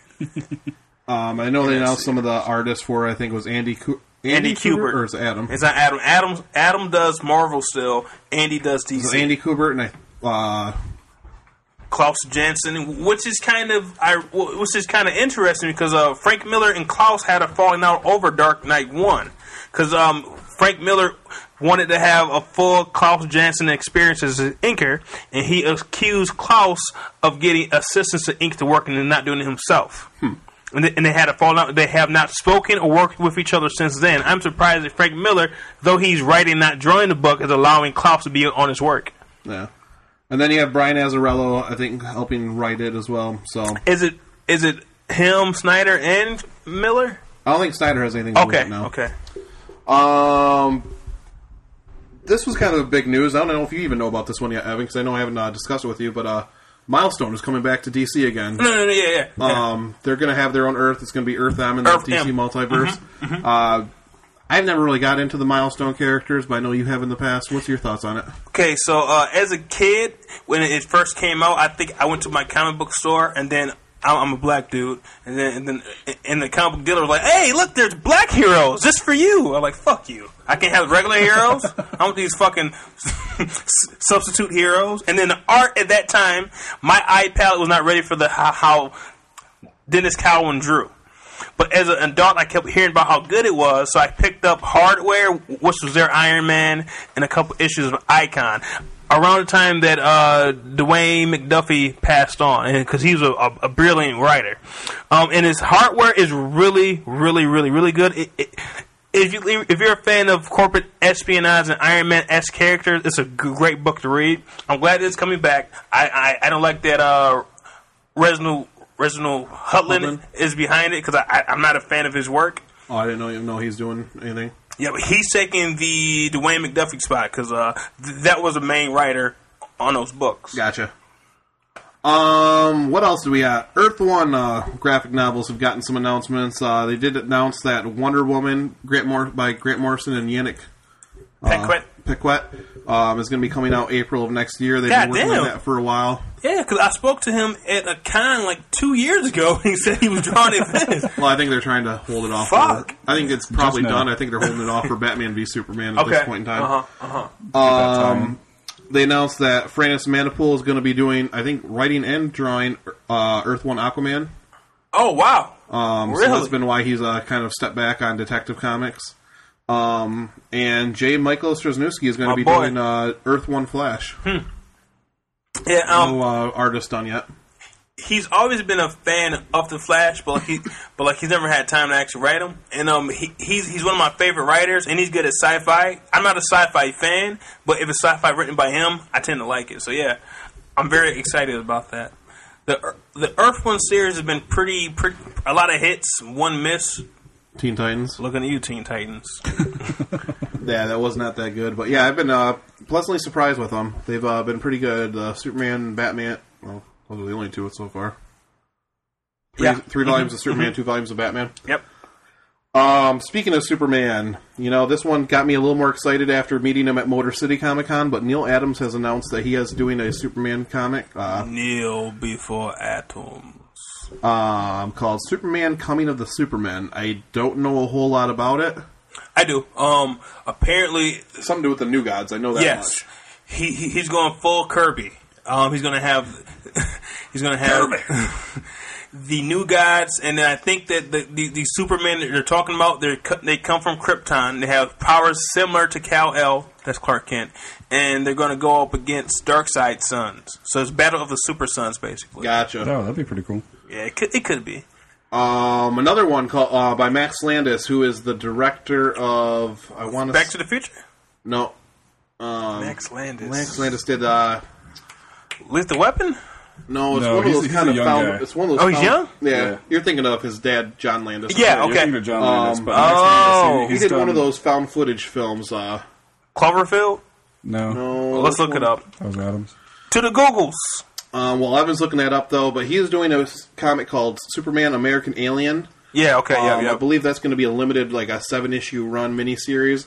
um, I know they announced some of the artists for. I think it was Andy. Cu- Andy Kubert. or is it Adam? It's not Adam. Adam Adam does Marvel still. Andy does DC. It's Andy Kubert and I. Uh, Klaus Janson, which is kind of I, which is kind of interesting because uh, Frank Miller and Klaus had a falling out over Dark Knight One, because um, Frank Miller wanted to have a full Klaus Janson experience as an inker, and he accused Klaus of getting assistance to ink the work and not doing it himself. And they, and they had a fallout. They have not spoken or worked with each other since then. I'm surprised that Frank Miller, though he's writing, not drawing the book, is allowing Klaus to be on his work. Yeah. And then you have Brian Azarello, I think, helping write it as well. So I Is it is it him, Snyder, and Miller? don't think Snyder has anything to do Okay, with it now. okay. Um, this was kind of big news. I don't know if you even know about this one yet, Evan, because I know I haven't uh, discussed it with you, but uh, Milestone is coming back to DC again. No, no, no, yeah, yeah. Mm-hmm. yeah. Um, they're going to have their own Earth. It's going to be Earth M in the Earth DC Mm-hmm, M. multiverse. Uh, I've never really got into the Milestone characters, but I know you have in the past. What's your thoughts on it? Okay, so uh, as a kid, when it first came out, I think I went to my comic book store, and then I'm, I'm a black dude, and then and then and the comic book dealer was like, "Hey, look, there's black heroes. This for you." I'm like, "Fuck you! I can't have regular heroes. I want these fucking substitute heroes." And then the art at that time, my iPad was not ready for the how, how Dennis Cowan drew. But as an adult, I kept hearing about how good it was, so I picked up Hardware, which was their Iron Man, and a couple issues of Icon. Around the time that uh, Dwayne McDuffie passed on, because he was a, a, a brilliant writer, um, and his hardware is really, really, really, really good. It, it, if you if you're a fan of corporate espionage and Iron Man s characters, it's a g- great book to read. I'm glad it's coming back. I I, I don't like that uh, Reginald Reginald Hutland Hutland. is behind it because I, I I'm not a fan of his work. Oh, I didn't know even know he's doing anything. Yeah, but he's taking the Dwayne McDuffie spot because uh, th- that was the main writer on those books. Gotcha. Um, what else do we got? Earth One uh, graphic novels have gotten some announcements. Uh, they did announce that Wonder Woman Grant Mor- by Grant Morrison and Yannick Pequet. Piquet um, is going to be coming out April of next year. They've been working on Goddamn. that for a while. Yeah, because I spoke to him at a con like two years ago. and He said he was drawing it. finished. Well, I think they're trying to hold it off. Fuck. for- I think it's probably Just now. done. I think they're holding it off for Batman v Superman at Okay. this point in time. Uh huh. Uh huh. Um, they announced that Francis Manipul is going to be doing, I think, writing and drawing uh, Earth One Aquaman. Oh wow. Um, So Really? that's been why he's uh, kind of stepped back on Detective Comics. Um, and J. Michael Straczynski is going My to be boy. doing uh, Earth One Flash. Yeah. Um, No uh, artist done yet. he's always been a fan of the Flash, but like he, but like he's never had time to actually write him. And um, he, he's he's one of my favorite writers, and he's good at sci-fi. I'm not a sci-fi fan, but if it's sci-fi written by him, I tend to like it. So yeah, I'm very excited about that. The Ear- the Earth One series has been pretty, pretty a lot of hits, one miss. Teen Titans. Looking at you, Teen Titans. Yeah, that was not that good, but yeah, I've been uh, pleasantly surprised with them. They've uh, been pretty good. Uh, Superman, Batman. Well, those are the only two so far. Three, Yeah. three volumes of Superman, two volumes of Batman. Yep. Um, speaking of Superman, you know this one got me a little more excited after meeting him at Motor City Comic Con. But Neil Adams has announced that he is doing a Superman comic uh, Neil before Atoms. um, called Superman: Coming of the Superman. I don't know a whole lot about it. I do. Um. Apparently, Something to do with the New Gods. I know that yes, much. he, he he's going full Kirby. Um, he's gonna have he's gonna have the new gods, and then I think that the, the the Superman that they're talking about they they come from Krypton. They have powers similar to Kal El. That's Clark Kent, and they're gonna go up against Darkseid's sons. So it's Battle of the Super Sons, basically. Gotcha. Oh, that'd be pretty cool. Yeah, it could, it could be. Um, another one called uh, by Max Landis, who is the director of I want Back to the Future. no Max Landis. Max Landis did uh Lethal Weapon. no it's No, one of he's- those he's kind a of young found guy. it's one of those Oh, he's found- yeah, Yeah. you're thinking of his dad John Landis Yeah. You're thinking Okay. of John Um, Landis, but oh, next thing you know, he he's did done- one of those found footage films uh Cloverfield. No, no, Let's this look it one- up. that was Adams. To the Googles. um, well Evan's looking that up though but he is doing a s- comic called Superman American Alien Yeah. Okay. Yeah. Um, yeah. I believe that's going to be a limited, like a seven issue run miniseries.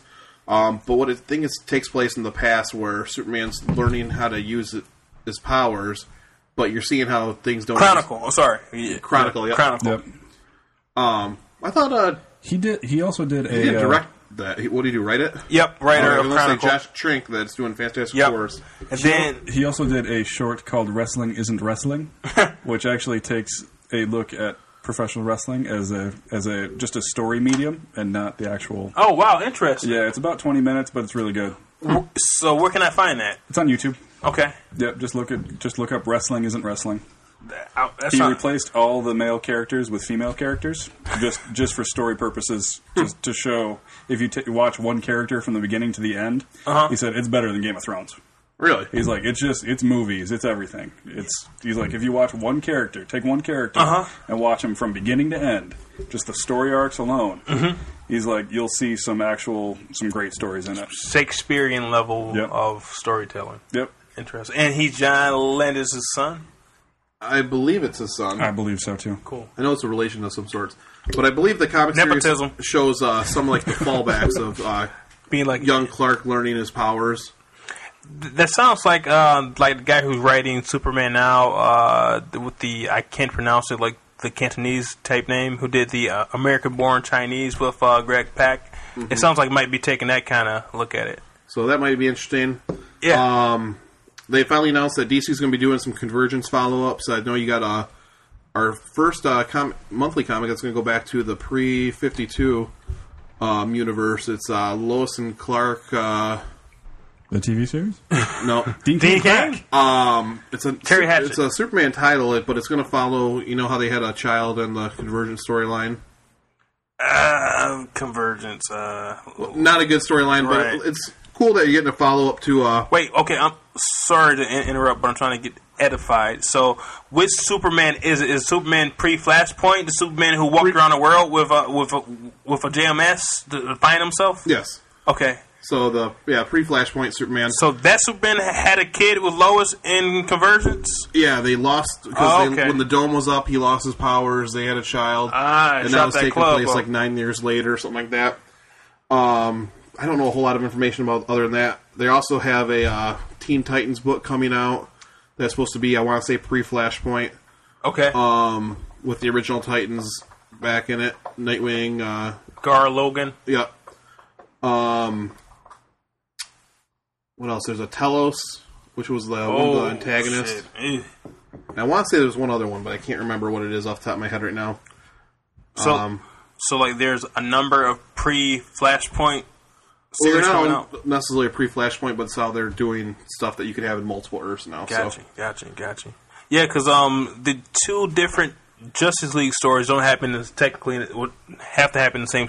Um, but what I think is takes place in the past where Superman's learning how to use it, his powers, but you're seeing how things don't. Chronicle. I'm sorry. Yeah. Chronicle, yeah. Chronicle. Yep. I thought uh, He did. He also did he a didn't uh, direct that. He- What did he write it? Yep, writer Alright, of I'm gonna say Chronicle. Josh Trink that's doing Fantastic Yep. Fours. And then He also did a short called "Wrestling Isn't Wrestling," which actually takes a look at professional wrestling as a as a just a story medium and not the actual. oh wow, interesting. Yeah, it's about twenty minutes, but it's really good. So where can I find that? It's on YouTube. Okay. Yep, just look at just look up "Wrestling Isn't Wrestling." That- I- Uh, That's He not, replaced all the male characters with female characters, just just for story purposes, just to show if you t- watch one character from the beginning to the end. Uh-huh. He said it's better than Game of Thrones. Really? He's like, it's just, it's movies, it's everything. It's he's like, if you watch one character, take one character Uh-huh. and watch him from beginning to end, just the story arcs alone. Mm-hmm. He's like, you'll see some actual, some great stories in it. Shakespearean level Yep. of storytelling. Yep, Interesting. And he's John Landis' son. I believe it's his son. I believe so too. Cool. I know it's a relation of some sorts, but I believe the comic Nepotism. series shows uh, some like the fallbacks of uh, Being like young Clark learning his powers. That sounds like uh, like the guy who's writing Superman now uh, th- with the I can't pronounce it like the Cantonese type name who did the uh, American Born Chinese with uh, Greg Pak. Mm-hmm. It sounds like might be taking that kind of look at it. So that might be interesting. Yeah. Um, they finally announced that DC's going to be doing some convergence follow ups. I know you got uh, our first uh, com- monthly comic that's going to go back to the pre 52 um, universe. It's uh, Lois and Clark. Uh, The TV series, no, um, Dean Dean Cain? Cain? it's a Terry Hatchett. it's a Superman title, but it's going to follow. You know how they had a child in the convergence storyline. Uh, convergence. Uh, Not a good storyline, Right. but it's cool that you're getting a follow up to. Uh, wait, okay. I'm sorry to in- interrupt, but I'm trying to get edified. So, which Superman is it? Is Superman pre Flashpoint the Superman who walked around the world with a with a, with a JMS to to find himself? yes. Okay. So the yeah pre Flashpoint Superman. So that Superman had a kid with Lois in Convergence. Yeah, they lost because Oh, okay. when the dome was up, he lost his powers. They had a child, Ah, and shot that was that taking club place up. like nine years later, or something like that. Um, I don't know a whole lot of information about other than that. They also have a uh, Teen Titans book coming out that's supposed to be, I want to say, pre Flashpoint Okay. Uh, with the original Titans back in it. Nightwing, uh, Gar Logan. Yep. Um. What else? There's a Telos, which was the, one of the antagonist. Oh, shit. Eh. And I want to say there's one other one, but I can't remember what it is off the top of my head right now. So, Um, so like, there's a number of pre-Flashpoint Well, they're series coming out. not necessarily a pre-Flashpoint, but it's how they're doing stuff that you could have in multiple Earths now. Gotcha, So gotcha, gotcha. Yeah, because um, the two different Justice League stories don't happen as technically it would have to happen in the same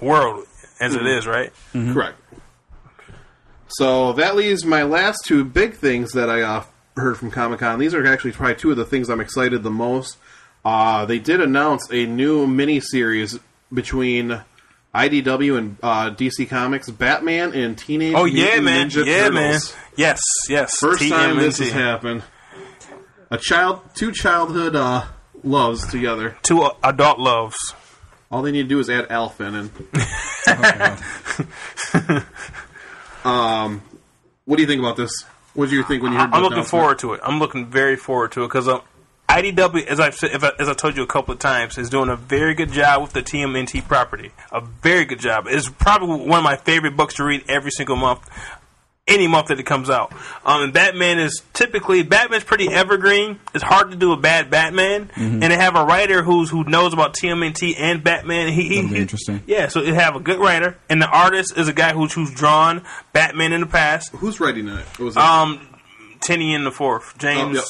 world as it is, right? correct. So that leaves my last two big things that I uh, heard from Comic Con. These are actually probably two of the things I'm excited the most. Uh, they did announce a new miniseries between IDW and uh, DC Comics, Batman and Teenage Oh yeah, Mutant man. Ninja yeah, man. Turtles. Yes, yes. First time this TMNT. has happened. A child, two childhood uh, loves together. Two uh, adult loves. All they need to do is add Alf in. And Um, what do you think about this? What did you think when you heard? I'm the looking announcement? forward to it. I'm looking very forward to it because um, IDW, as I've said, if I, as I told you a couple of times, is doing a very good job with the TMNT property. A very good job. It's probably one of my favorite books to read every single month, any month that it comes out. Um, and Batman is typically Batman's pretty evergreen. It's hard to do a bad Batman, and Mm-hmm. they have a writer who's who knows about TMNT and Batman. He, he, That'd be he- interesting. Yeah, so it have a good writer, and the artist is a guy who's who's drawn Batman in the past. Who's writing it? Was it Um, Tinian the fourth, James Oh,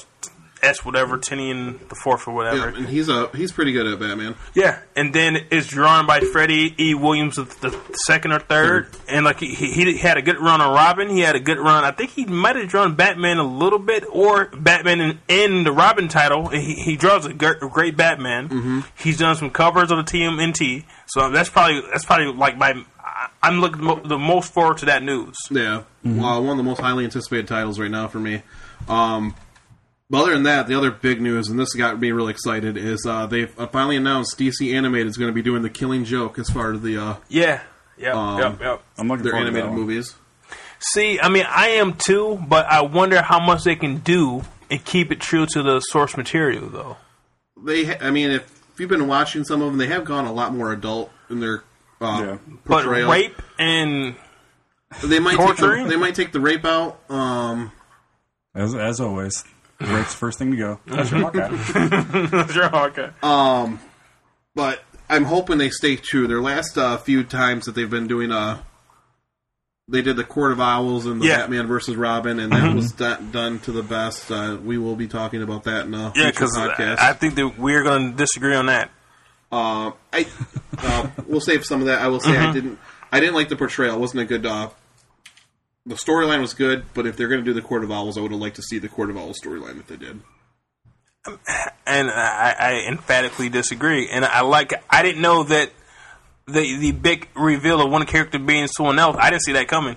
S. Whatever Tinian the fourth or yeah, whatever. Yeah. and he's a he's pretty good at Batman. and then it's drawn by Freddie E. Williams the, the second or third, Mm-hmm. and like he, he he had a good run on Robin. He had a good run. I think he might have drawn Batman a little bit, or Batman in, in the Robin title. He, he draws a gr- great Batman. Mm-hmm. He's done some covers of the TMNT, so that's probably that's probably like my. I- I'm looking mo- the most forward to that news. Yeah, Mm-hmm. well, one of the most highly anticipated titles right now for me. Um, but other than that, the other big news, and this got me really excited, is uh, they finally announced DC Animated is going to be doing the Killing Joke as far as the uh, Yeah. Yep. Um, yep. Yep. I'm looking their forward to animated that one. movies. See, I mean, I am too, but I wonder how much they can do and keep it true to the source material, though. They, ha- I mean, if you've been watching some of them, they have gone a lot more adult in their uh, Yeah. But portrayal. rape and They might Take Torturing? the, they might take the rape out. Um, As, as always, Rick's first thing to go. Mm-hmm. That's your Hawkeye. okay. Uh, but I'm hoping they stay true. Their last uh, few times that they've been doing uh they did the Court of Owls and the Yeah. Mm-hmm. Batman versus Robin, and that was do- done to the best. Uh, we will be talking about that in a yeah, future because podcast. I think that we're going to disagree on that. Uh, I uh, we'll save some of that. I will say I didn't I didn't like the portrayal. It wasn't a good. Uh, the storyline was good, but if they're going to do the Court of Owls, I would have liked to see the Court of Owls storyline that they did. and I, I emphatically disagree. And I like I didn't know that the the big reveal of one character being someone else. I didn't see that coming.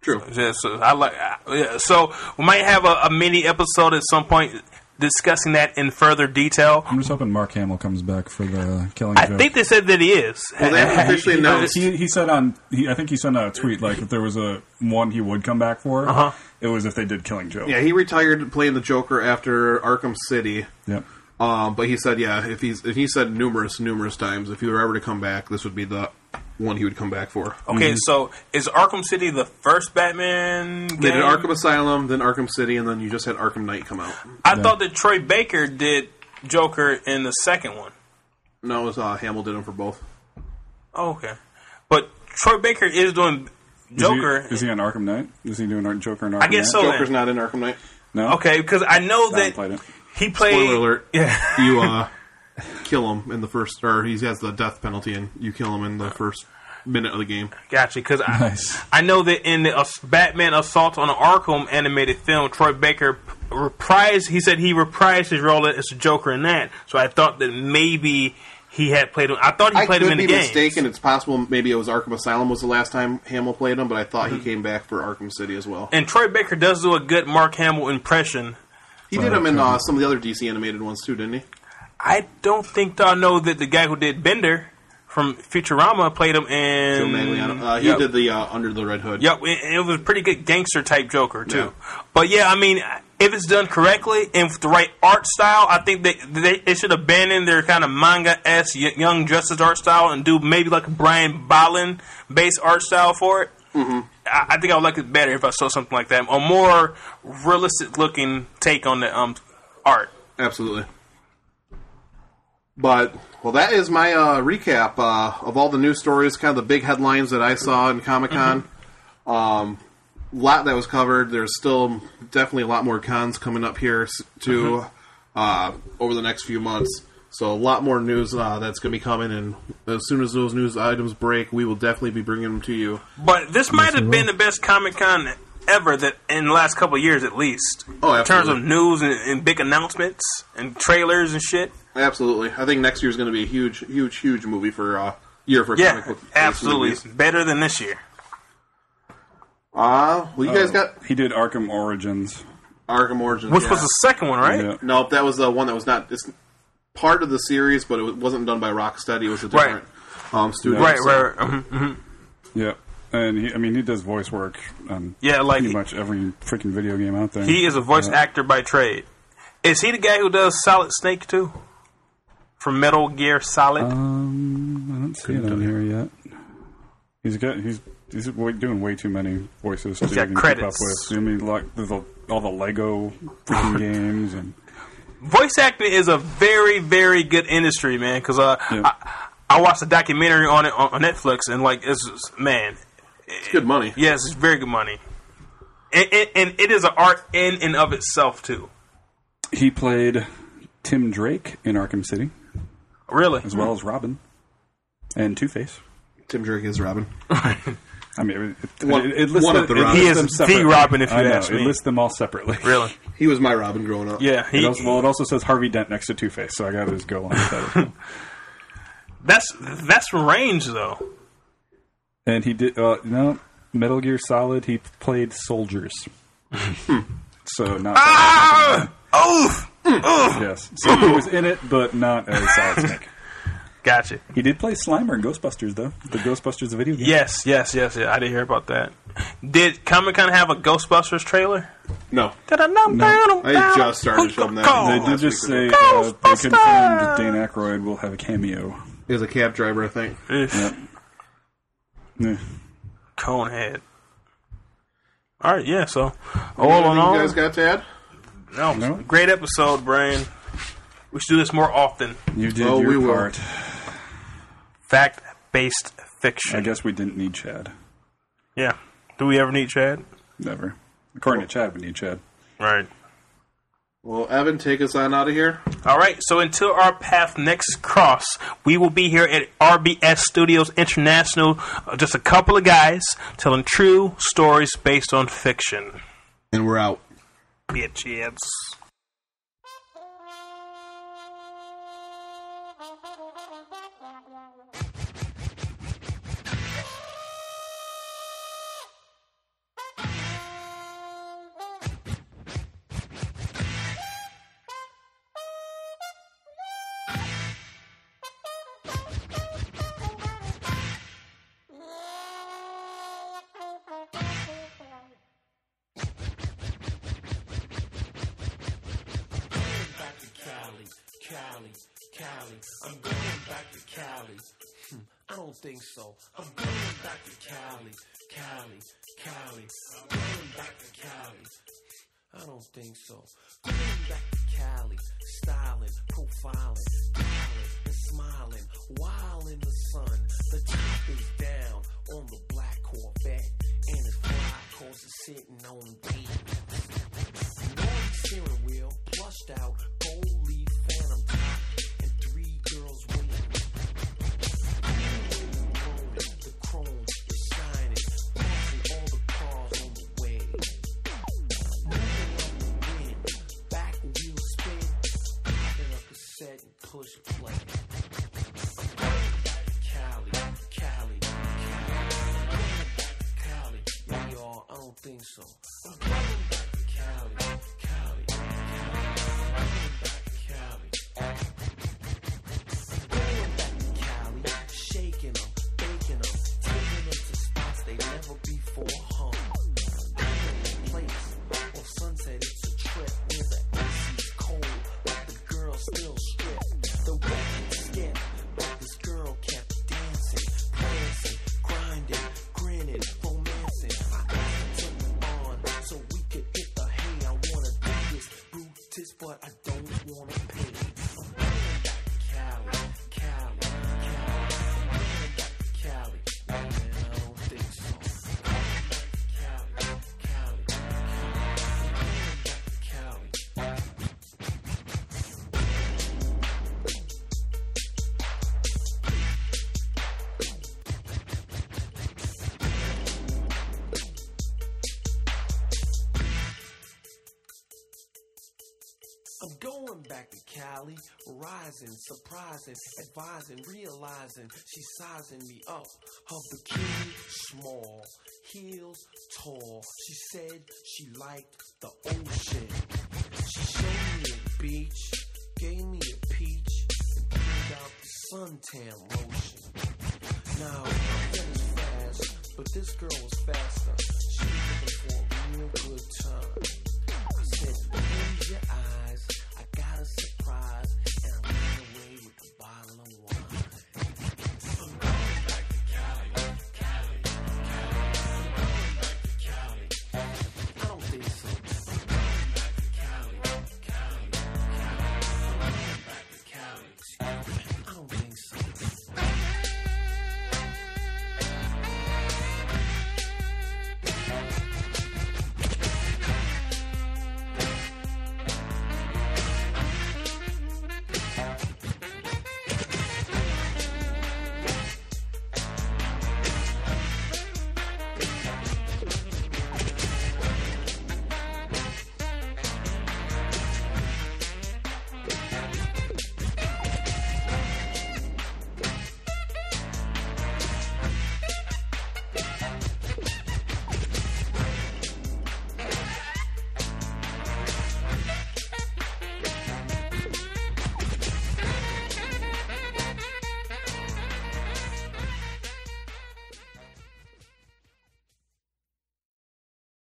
True. Yeah, so I like I- yeah, so we might have a, a mini episode at some point discussing that in further detail. I'm just hoping Mark Hamill comes back for the killing I joke. think they said that he is. Well, they haven't officially announced. he, he said on he, I think he sent out a tweet like if there was a one he would come back for Uh-huh. it was if they did Killing Joke. Yeah, he retired playing the Joker after Arkham City. Yep. Um, but he said, yeah, if he's if he said numerous numerous times, if he were ever to come back, this would be the one he would come back for. Okay, so is Arkham City the first Batman game? They did Arkham Asylum, then Arkham City, and then you just had Arkham Knight come out. I thought that Troy Baker did Joker in the second one. No, it was uh, Hamill did them for both. Oh, okay. But Troy Baker is doing Is he- Joker. Is he, on Arkham Knight? Is he doing Ar- Joker and Arkham I guess Knight? so. Joker's then. not in Arkham Knight. No. Okay, because I know I haven't that played it. he played. Spoiler alert. Yeah. You uh, kill him in the first, or he has the death penalty, and you kill him in the first minute of the game. Gotcha. Because I, Nice. I know that in the Ass- Batman Assault on Arkham animated film, Troy Baker p- reprised. He said he reprised his role as the Joker in that. So I thought that maybe he had played him. I thought he I played could him in be the game. mistaken. It's possible maybe it was Arkham Asylum was the last time Hamill played him, but I thought he came back for Arkham City as well. Mm-hmm. And Troy Baker does do a good Mark Hamill impression. He did him in uh, some of the other DC animated ones too, didn't he? I don't think y'all know that the guy who did Bender from Futurama played him Joe in. Magliano. Uh, he Yep. did the uh, Under the Red Hood. Yeah, it, it was a pretty good gangster type Joker too. Yeah. But yeah, I mean, if it's done correctly and with the right art style, I think they they, they should abandon their kind of manga s Young Justice art style and do maybe like a Brian Bolland based art style for it. Mm-hmm. I, I think I would like it better if I saw something like that, a more realistic looking take on the um art. Absolutely. But well, that is my uh, recap uh, of all the news stories, kind of the big headlines that I saw in Comic Con. Um, lot that was covered. There's still definitely a lot more cons coming up here s- too uh, over the next few months. So a lot more news uh, that's going to be coming, and as soon as those news items break, we will definitely be bringing them to you. But this might have been the best Comic Con ever that in the last couple of years at least. Oh, in terms absolutely. of news and, and big announcements and trailers and shit. Absolutely, I think next year's going to be a huge, huge, huge movie for uh, year for comic Yeah, book based absolutely. movies. Better than this year. Uh, well, you guys got He did Arkham Origins. Arkham Origins, Which yeah. was the second one, right? Yeah. Nope, that was the one that was not. It's part of the series, but it wa- wasn't done by Rocksteady. It was a Right. different um, studio. Right, so- right. mhm, mhm. Yeah. And he, I mean, he does voice work on Yeah, like- pretty much every freaking video game out there. He is a voice Yeah. actor by trade. Is he the guy who does Solid Snake too? From Metal Gear Solid? Uh-huh. Um, I don't see it on here yet. He's got he's he's wa- doing way too many voices to got even credits. keep up with. I mean, like there's a, all the Lego freaking games and voice acting is a very, very good industry, man. Because uh, Yeah. I, I watched a documentary on it on, on Netflix, and like, it's just- man, It's good money. yes, it's very good money. And, and, and it is an art in and of itself too. he played Tim Drake in Arkham City Really? as well as Robin and Two Face. Tim Drake is Robin. I mean, it, it, One- it, it lists one them, of the it Robins. lists He is them the separately. Robin, if you I know, ask me. It lists them all separately. Really? He was my Robin growing up. Yeah. It he- also, well, it also says Harvey Dent next to Two Face, so I got to just go along with that. As well. That's that's range though. And he did uh, no Metal Gear Solid. He played soldiers, Hmm. so not Ah! Oof. yes. So he was in it, but not as Solid Snake. Gotcha. He did play Slimer in Ghostbusters, though the Ghostbusters video game. Yes, yes, yes, yeah. I did hear about that. Did Comic Con have a Ghostbusters trailer? No, Did I know down? I just started filming that. They Last did just say week uh, they Ghostbusters! confirmed that Dan Aykroyd will have a cameo. he was a cab driver, I think. Yeah. Conehead. All right, yeah. So, all in Anything all, you guys got to add? no, No? great episode, Brian. We should do this more often. You did Oh, your we will. part. Fact-based I fiction. guess we didn't need Chad. Yeah. Do we ever need Chad? Never. According to Chad, we need Chad. Right. Well, Evan, take us on out of here. All right, so until our path next cross, we will be here at RBS Studios International, uh, just a couple of guys telling true stories based on fiction. And we're out. Bitches. steering wheel, flushed out, gold leaf phantom top, and three girls set and push play. Cali, Cali, Cali. Cali, yeah, y'all, I don't think so. Cali, Cali, Cali. Cali, shaking them, baking them, taking them to spots they never before home. Place on sunset, it's a trip where the ice is cold, but the girls still strip. The record skip, but this girl kept dancing, prancing, grinding, grinning, romancing. I asked her to turn on so we could hit the hay. I wanna do this, Brutus, but I don't wanna pay. Cali, Cali, Cali, Cali. Man, I don't think so. Cali, Cali, Cali, Cali. I'm going back to Cali, rising, surprising, advising, realizing she's sizing me up. Her bikini small, heels tall. She said she liked the ocean. She showed me a beach, gave me a peach, and pulled out the suntan lotion. Now, my friend is fast, but this girl was faster. She was looking for a real good time.